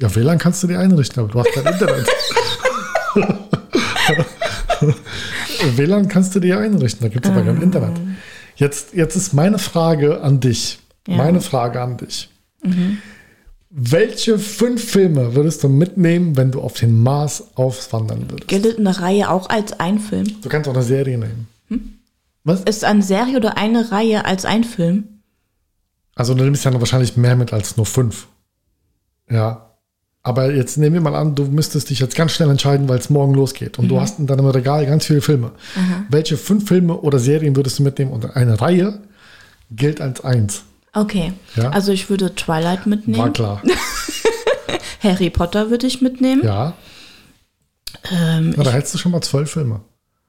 Ja, WLAN kannst du dir einrichten, aber du hast kein Internet. WLAN kannst du dir einrichten, da gibt es aber kein Internet. Jetzt, jetzt ist meine Frage an dich. Ja. Meine Frage an dich. Welche fünf Filme würdest du mitnehmen, wenn du auf den Mars auswandern würdest? Gilt eine Reihe auch als ein Film? Du kannst auch eine Serie nehmen. Was? Ist eine Serie oder eine Reihe als ein Film? Also du nimmst ja noch wahrscheinlich mehr mit als nur fünf. Ja. Aber jetzt nehmen wir mal an, du müsstest dich jetzt ganz schnell entscheiden, weil es morgen losgeht. Und Mhm. du hast in deinem Regal ganz viele Filme. Welche fünf Filme oder Serien würdest du mitnehmen? Und eine Reihe gilt als eins. Okay. Ja. Also ich würde Twilight War *laughs* mitnehmen. klar. Harry Potter würde ich mitnehmen. ja. Ähm, Na, da hättest du schon mal zwölf Filme.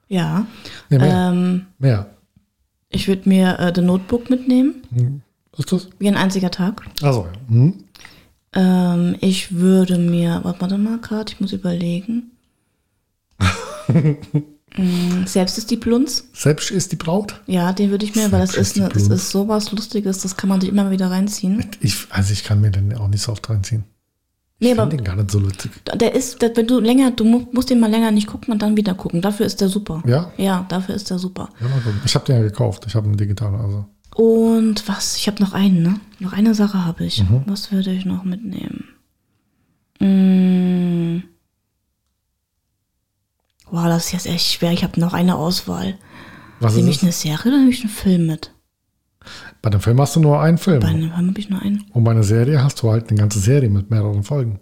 ja. Nee, mehr. Ähm, mehr. ich würde mir äh, The Notebook mitnehmen. Was ist das? Wie ein einziger Tag. Also, ja. Hm. Ähm, ich würde mir, warte, warte mal gerade, ich *laughs* muss überlegen. Mm, Selbst ist die Blunz. Selbst ist die Braut. Ja, den würde ich mir, weil das Selbst ist ist, die eine, das Blunz. ist sowas Lustiges, das kann man sich immer wieder reinziehen. Ich, also ich kann mir den auch nicht so oft reinziehen. Ich Nee, finde aber den gar nicht so lustig. der ist, der, wenn du länger, du mu- musst den mal länger nicht gucken und dann wieder gucken. Dafür ist der super. Ja? Ja, dafür ist der super. Ja, mal gucken. Ich habe den ja gekauft. Ich habe einen digitalen. Also. Und was? Ich habe noch einen, ne? Noch eine Sache habe ich. Was würde ich noch mitnehmen? Mm. Wow, das ist jetzt echt schwer. Ich habe noch eine Auswahl. Was Nehme ich ist es? eine Serie oder nehme ich einen Film mit? Bei dem Film hast du nur einen Film. Bei einem Film habe ich nur einen. Und bei einer Um Serie hast du halt eine ganze Serie mit mehreren Folgen.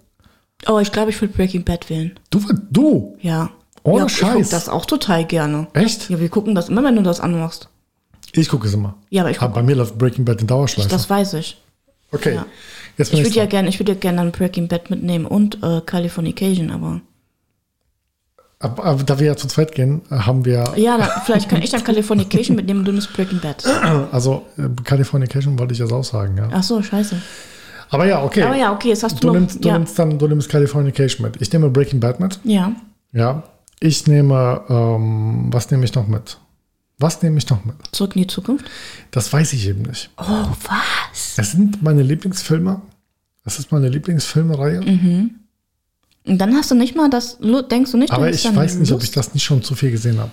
Oh, ich glaube, ich würde Breaking Bad wählen. Du, du, Ja. Ohne ja, Ich Scheiß. gucke das auch total gerne. echt? Ja, wir gucken das immer, wenn du das anmachst. Ich gucke es immer. Ja, aber ich Ah, guck- bei mir läuft Breaking Bad in Dauerschleife. Das weiß ich. okay, ja. jetzt bin Ich ich, würde ja dran. gerne, ich würde ja gerne dann Breaking Bad mitnehmen und äh, Californication, aber. aber, aber da wir ja zu zweit gehen, äh, haben wir, Ja, dann, vielleicht kann ich dann Californication mitnehmen und du nimmst Breaking Bad. also äh, Californication wollte ich jetzt auch sagen, ja. Ach so, scheiße. Aber ja, okay. Aber ja, okay, jetzt hast du, Du noch. nimmst, du ja. nimmst dann, du nimmst Californication mit. Ich nehme Breaking Bad mit. ja. Ja. Ich nehme, ähm, was nehme ich noch mit? Was nehme ich noch mit? Zurück in die Zukunft. Das weiß ich eben nicht. Oh, was? Es sind meine Lieblingsfilme. Das ist meine Lieblingsfilmreihe. Und dann hast du nicht mal das, Lu- denkst du nicht, Aber du hast ich dann weiß nicht, ob ich Lust? das nicht schon zu viel gesehen habe.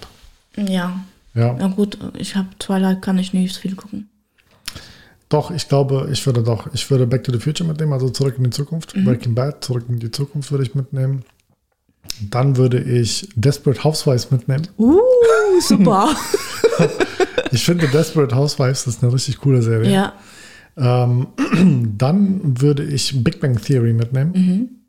Ja, Ja. na gut, ich habe Twilight, kann ich nicht viel gucken. Doch, ich glaube, ich würde doch, ich würde Back to the Future mitnehmen, also zurück in die Zukunft. Mhm. Breaking Bad, zurück in die Zukunft würde ich mitnehmen. Dann würde ich Desperate Housewives mitnehmen. Uh, *laughs* super. Ich finde Desperate Housewives ist eine richtig coole Serie. ja, Dann würde ich Big Bang Theory mitnehmen.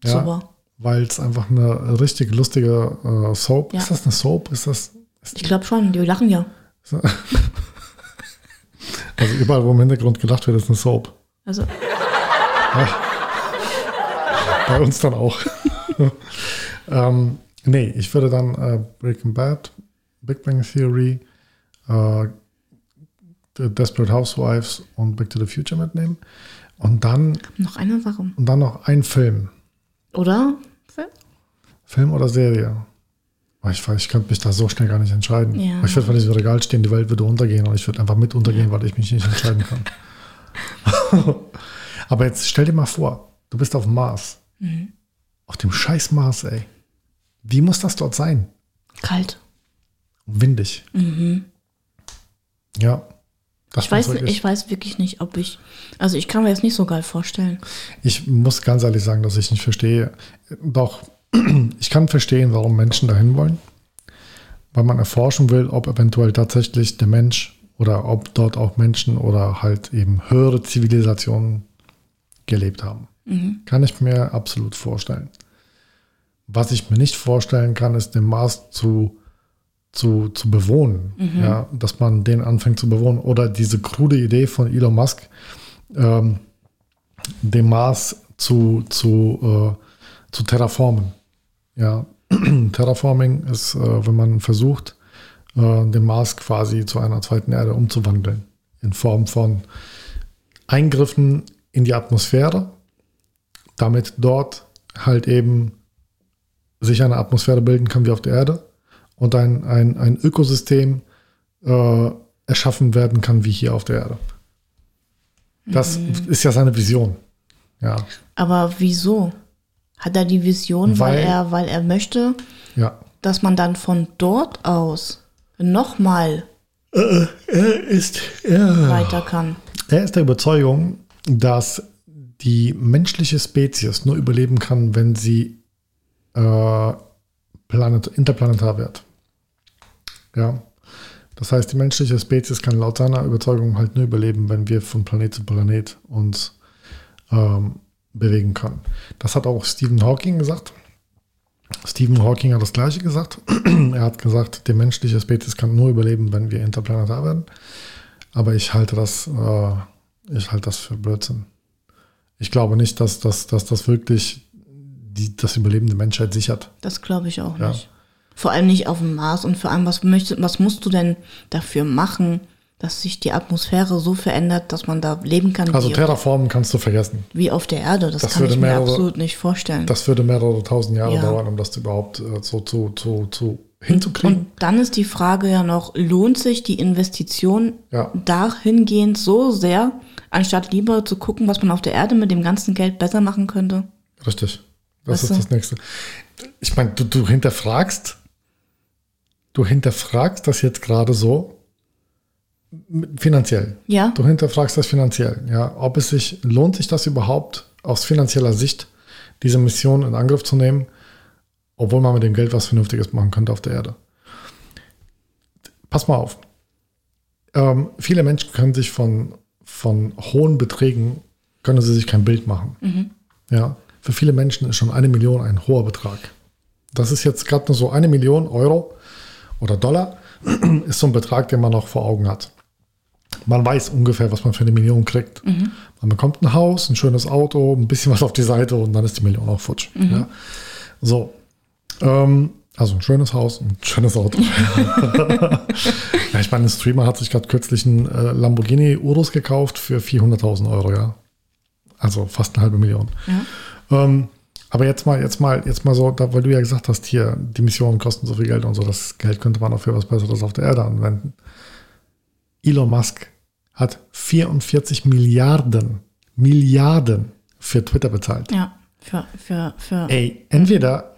Ja, Mhm. super. Weil es einfach eine richtig lustige äh, Soap. Ja. Ist das eine Soap? Ist das. Ist, Ich glaube schon, die lachen ja. also überall, wo im Hintergrund gedacht wird, ist eine Soap. Also, Bei uns dann auch. *laughs* ähm, nee, ich würde dann äh, Breaking Bad, Big Bang Theory, äh, The Desperate Housewives und Back to the Future mitnehmen. Und dann, noch eine Sache. und dann noch ein Film. Oder? Phil? Film oder Serie? Oh, Ich, weiß, ich könnte mich da so schnell gar nicht entscheiden. Ja. Aber Ich würde vor diesem Regal stehen, die Welt würde untergehen und ich würde einfach mit untergehen, weil ich mich nicht entscheiden kann. *laughs* Aber jetzt stell dir mal vor, du bist auf dem Mars. Mhm. Auf dem scheiß Mars, ey. Wie muss das dort sein? Kalt. Windig. Ja. Das Mhm. Ich weiß, Flugzeug ich weiß wirklich nicht, ob ich. Also, ich kann mir das nicht so geil vorstellen. Ich muss ganz ehrlich sagen, dass ich nicht verstehe. Doch, *clears throat* ich kann verstehen, warum Menschen dahin wollen. Weil man erforschen will, ob eventuell tatsächlich der Mensch oder ob dort auch Menschen oder halt eben höhere Zivilisationen gelebt haben. Kann ich mir absolut vorstellen. Was ich mir nicht vorstellen kann, ist den Mars zu, zu, zu bewohnen. Ja, dass man den anfängt zu bewohnen. Oder diese krude Idee von Elon Musk, den Mars zu, zu, äh, zu terraformen. Ja, *clears throat* Terraforming ist, äh, wenn man versucht, äh, den Mars quasi zu einer zweiten Erde umzuwandeln. In Form von Eingriffen in die Atmosphäre, damit dort halt eben sich eine Atmosphäre bilden kann wie auf der Erde und ein, ein, ein Ökosystem äh, erschaffen werden kann wie hier auf der Erde. Das ist ja seine Vision. Ja, Aber wieso? Hat er die Vision, weil, Weil- er, weil er möchte, ja. dass man dann von dort aus nochmal Er ist, er, weiter kann. er ist der Überzeugung, dass die menschliche Spezies nur überleben kann, wenn sie äh, planet, interplanetar wird. Ja. Das heißt, die menschliche Spezies kann laut seiner Überzeugung halt nur überleben, wenn wir von Planet zu Planet uns ähm, bewegen können. Das hat auch Stephen Hawking gesagt. Stephen Hawking hat das Gleiche gesagt. *clears throat* er hat gesagt, die menschliche Spezies kann nur überleben, wenn wir interplanetar werden. Aber ich halte das, äh, ich halte das für Blödsinn. Ich glaube nicht, dass, dass, dass das wirklich die das Überleben der Menschheit sichert. Das glaube ich auch Ja. nicht. Vor allem nicht auf dem Mars und vor allem, was, möchtest, was musst du denn dafür machen, dass sich die Atmosphäre so verändert, dass man da leben kann Also wie, Terraformen kannst du vergessen. wie auf der Erde? Das, Das kann würde ich mir mehrere- absolut nicht vorstellen. Das würde mehrere tausend Jahre Ja. dauern, um das überhaupt äh, so zu, zu, zu hinzukriegen. Und dann ist die Frage ja noch, lohnt sich die Investition Ja. dahingehend so sehr, anstatt lieber zu gucken, was man auf der Erde mit dem ganzen Geld besser machen könnte? Richtig. Das Weißt ist du? das Nächste. Ich meine, du, du hinterfragst, du hinterfragst das jetzt gerade so mit- finanziell. Ja. Du hinterfragst das finanziell, ja. Ob es sich, lohnt sich das überhaupt aus finanzieller Sicht, diese Mission in Angriff zu nehmen, obwohl man mit dem Geld was Vernünftiges machen könnte auf der Erde. Pass mal auf. Ähm, viele Menschen können sich von, von hohen Beträgen, können sie sich kein Bild machen. Ja, für viele Menschen ist schon eine Million ein hoher Betrag. Das ist jetzt gerade nur so eine Million Euro oder Dollar, *clears throat* ist so ein Betrag, den man noch vor Augen hat. Man weiß ungefähr, was man für eine Million kriegt. Man bekommt ein Haus, ein schönes Auto, ein bisschen was auf die Seite und dann ist die Million auch futsch. Ja. So. Ähm, also ein schönes Haus, ein schönes Auto. ja, ich meine, ein Streamer hat sich gerade kürzlich einen äh, Lamborghini Urus gekauft für 400.000 Euro, ja. Also fast eine halbe Million. Ähm, aber jetzt mal, jetzt mal, jetzt mal so, da, weil du ja gesagt hast, hier, die Missionen kosten so viel Geld und so, das Geld könnte man auch für was Besseres auf der Erde anwenden. Elon Musk hat 44 Milliarden, Milliarden für Twitter bezahlt. Ja, für, für, für. Ey, entweder,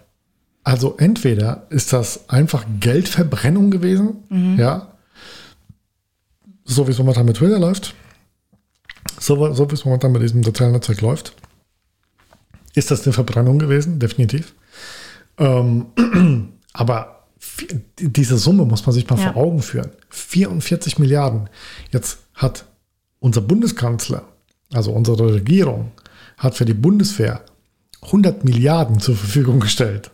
also entweder ist das einfach Geldverbrennung gewesen, ja, so wie es momentan mit Twitter läuft, so, so wie es momentan mit diesem sozialen Netzwerk läuft, ist das eine Verbrennung gewesen, definitiv. Ähm, *clears throat* aber vi- diese Summe muss man sich mal Ja. vor Augen führen. 44 Milliarden. Jetzt hat unser Bundeskanzler, also unsere Regierung, hat für die Bundeswehr 100 Milliarden zur Verfügung gestellt.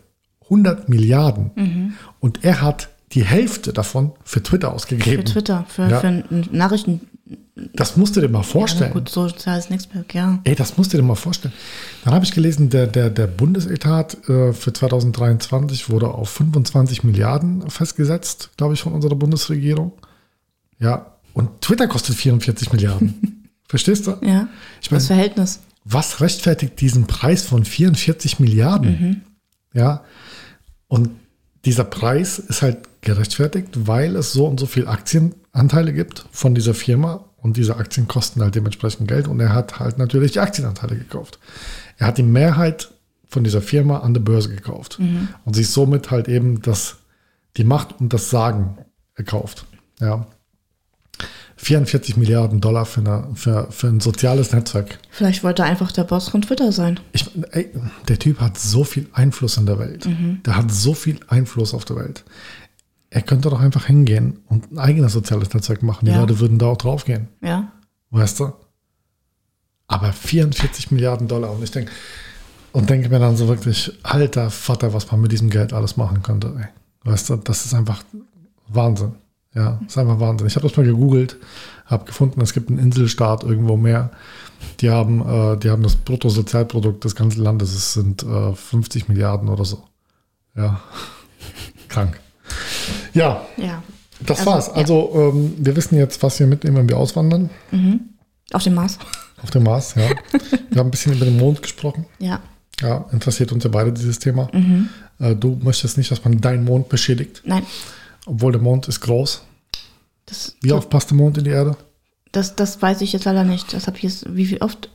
100 Milliarden. Mhm. Und er hat die Hälfte davon für Twitter Für ausgegeben. Twitter, für, Ja. für einen Nachrichten. Das musst du dir mal vorstellen. Ja, gut, so soziales Netzwerk, ja. Ey, das musst du dir mal vorstellen. Dann habe ich gelesen, der, der, der Bundesetat äh, für 2023 wurde auf 25 Milliarden festgesetzt, glaube ich, von unserer Bundesregierung. Ja, und Twitter kostet 44 Milliarden. Verstehst du? Ja. Ich das meine, Verhältnis. was rechtfertigt diesen Preis von 44 Milliarden? Ja, und dieser Preis ist halt gerechtfertigt, weil es so und so viel Aktienanteile gibt von dieser Firma und diese Aktien kosten halt dementsprechend Geld und er hat halt natürlich die Aktienanteile gekauft. Er hat die Mehrheit von dieser Firma an der Börse gekauft und sich somit halt eben das, die Macht und das Sagen erkauft. Ja. 44 Milliarden Dollar für, eine, für, für ein soziales Netzwerk. Vielleicht wollte einfach der Boss von Twitter sein. Ich, ey, der Typ hat so viel Einfluss in der Welt. Der hat so viel Einfluss auf der Welt. Er könnte doch einfach hingehen und ein eigenes soziales Netzwerk machen. Die Ja. Leute würden da auch draufgehen, Ja. weißt du? Aber 44 Milliarden Dollar und ich denke und denke mir dann so wirklich, alter Vater, was man mit diesem Geld alles machen könnte. Ey. Weißt du, das ist einfach Wahnsinn. Ja, ist einfach Wahnsinn. Ich habe das mal gegoogelt, habe gefunden, es gibt einen Inselstaat irgendwo mehr. Die haben, äh, die haben das Bruttosozialprodukt des ganzen Landes. Es sind äh, 50 Milliarden oder so. Ja, krank. Ja, Ja. das Also, war's. ja. Also ähm, wir wissen jetzt, was wir mitnehmen, wenn wir auswandern Auf dem Mars. auf dem Mars. Ja, wir haben ein bisschen über den Mond gesprochen. Ja. Ja, interessiert uns ja beide dieses Thema. Mhm. Äh, du möchtest nicht, dass man deinen Mond beschädigt, Nein. obwohl der Mond ist groß. Das, Wie oft passt der Mond in die Erde? *laughs* das, das weiß ich jetzt leider nicht. Das habe ich jetzt, wie viel oft?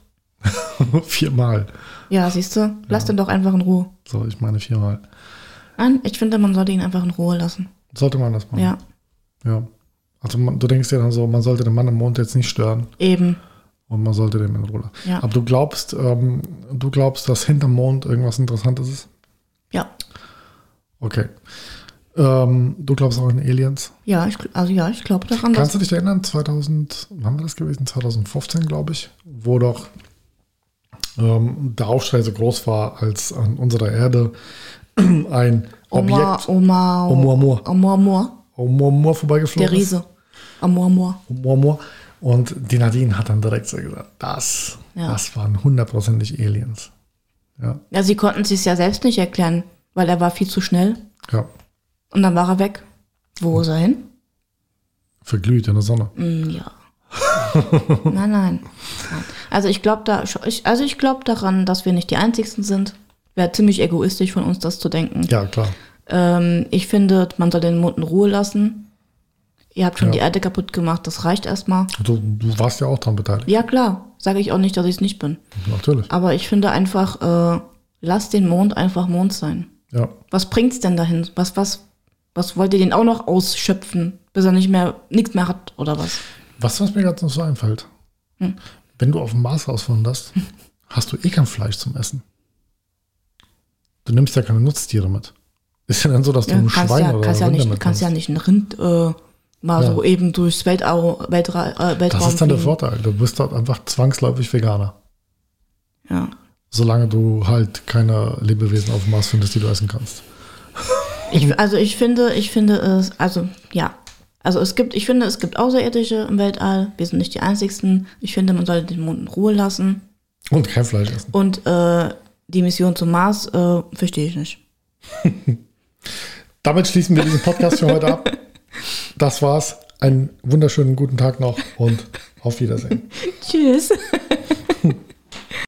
viermal. Ja, siehst du, lass den doch einfach in Ruhe. So, ich meine viermal. Nein, ich finde, man sollte ihn einfach in Ruhe lassen. Sollte man das machen? Ja, Ja. Also man, du denkst dir dann so, man sollte den Mann im Mond jetzt nicht stören eben. und man sollte den in Ruhe lassen. Ja. Aber du glaubst, ähm, du glaubst, dass hinterm Mond irgendwas Interessantes ist? Ja, Okay. Ähm, du glaubst auch an Aliens? ja, ich, gl- also ja, ich glaube daran, Kannst dass. du dich erinnern, 2000, wann war das gewesen? 2015, glaube ich, wo doch ähm, der Aufschrei so groß war, als an unserer Erde *clears throat* ein Omar, Objekt Omar, Oumuamua. Oumuamua, Oumuamua vorbeigeflogen der ist. Riese. Oumuamua. Oumuamua. Und die Nadine hat dann direkt so gesagt, das, Ja. das waren hundertprozentig Aliens. Ja, Ja, sie konnten es sich ja selbst nicht erklären, weil er war viel zu schnell ja. und dann war er weg. Wo ist er hin? Verglüht in der Sonne. *laughs* Hm, ja. nein, nein, nein. Also ich glaube da, ich- also ich glaube daran, dass wir nicht die Einzigsten sind. Wäre ziemlich egoistisch von uns, das zu denken. Ja, klar. Ähm, ich finde, man soll den Mund in Ruhe lassen. Ihr habt schon Ja. die Erde kaputt gemacht, das reicht erstmal. Du, du warst ja auch daran beteiligt. Ja, klar, sage ich auch nicht, dass ich es nicht bin. Natürlich. Aber ich finde einfach, äh, lass den Mond einfach Mond sein. Ja. Was bringt's denn dahin? Was, was, was wollt ihr den auch noch ausschöpfen, bis er nicht mehr, nichts mehr hat oder was? Was, was mir gerade noch so einfällt, Hm. wenn du auf dem Mars auswanderst, hast du eh kein Fleisch zum Essen. Du nimmst ja keine Nutztiere mit. Ist ja dann so, dass du Ja, ein kannst Schwein ja, oder kannst ja Rinder nicht, mitnimmst. kannst ja nicht ein Rind äh, mal Ja. so eben durchs Weltau, Weltra, äh, Weltraum. Das ist dann der fliegen. Vorteil. Du bist dort einfach zwangsläufig Veganer. Ja. Solange du halt keine Lebewesen auf dem Mars findest, die du essen kannst. Ich, also ich finde, ich finde es, also ja. Also es gibt, ich finde, es gibt Außerirdische im Weltall. Wir sind nicht die einzigsten. Ich finde, man sollte den Mond in Ruhe lassen. Und kein Fleisch essen. Und äh, die Mission zum Mars äh, verstehe ich nicht. Damit schließen wir diesen Podcast für heute *laughs* ab. Das war's. Einen wunderschönen guten Tag noch und auf Wiedersehen. Tschüss.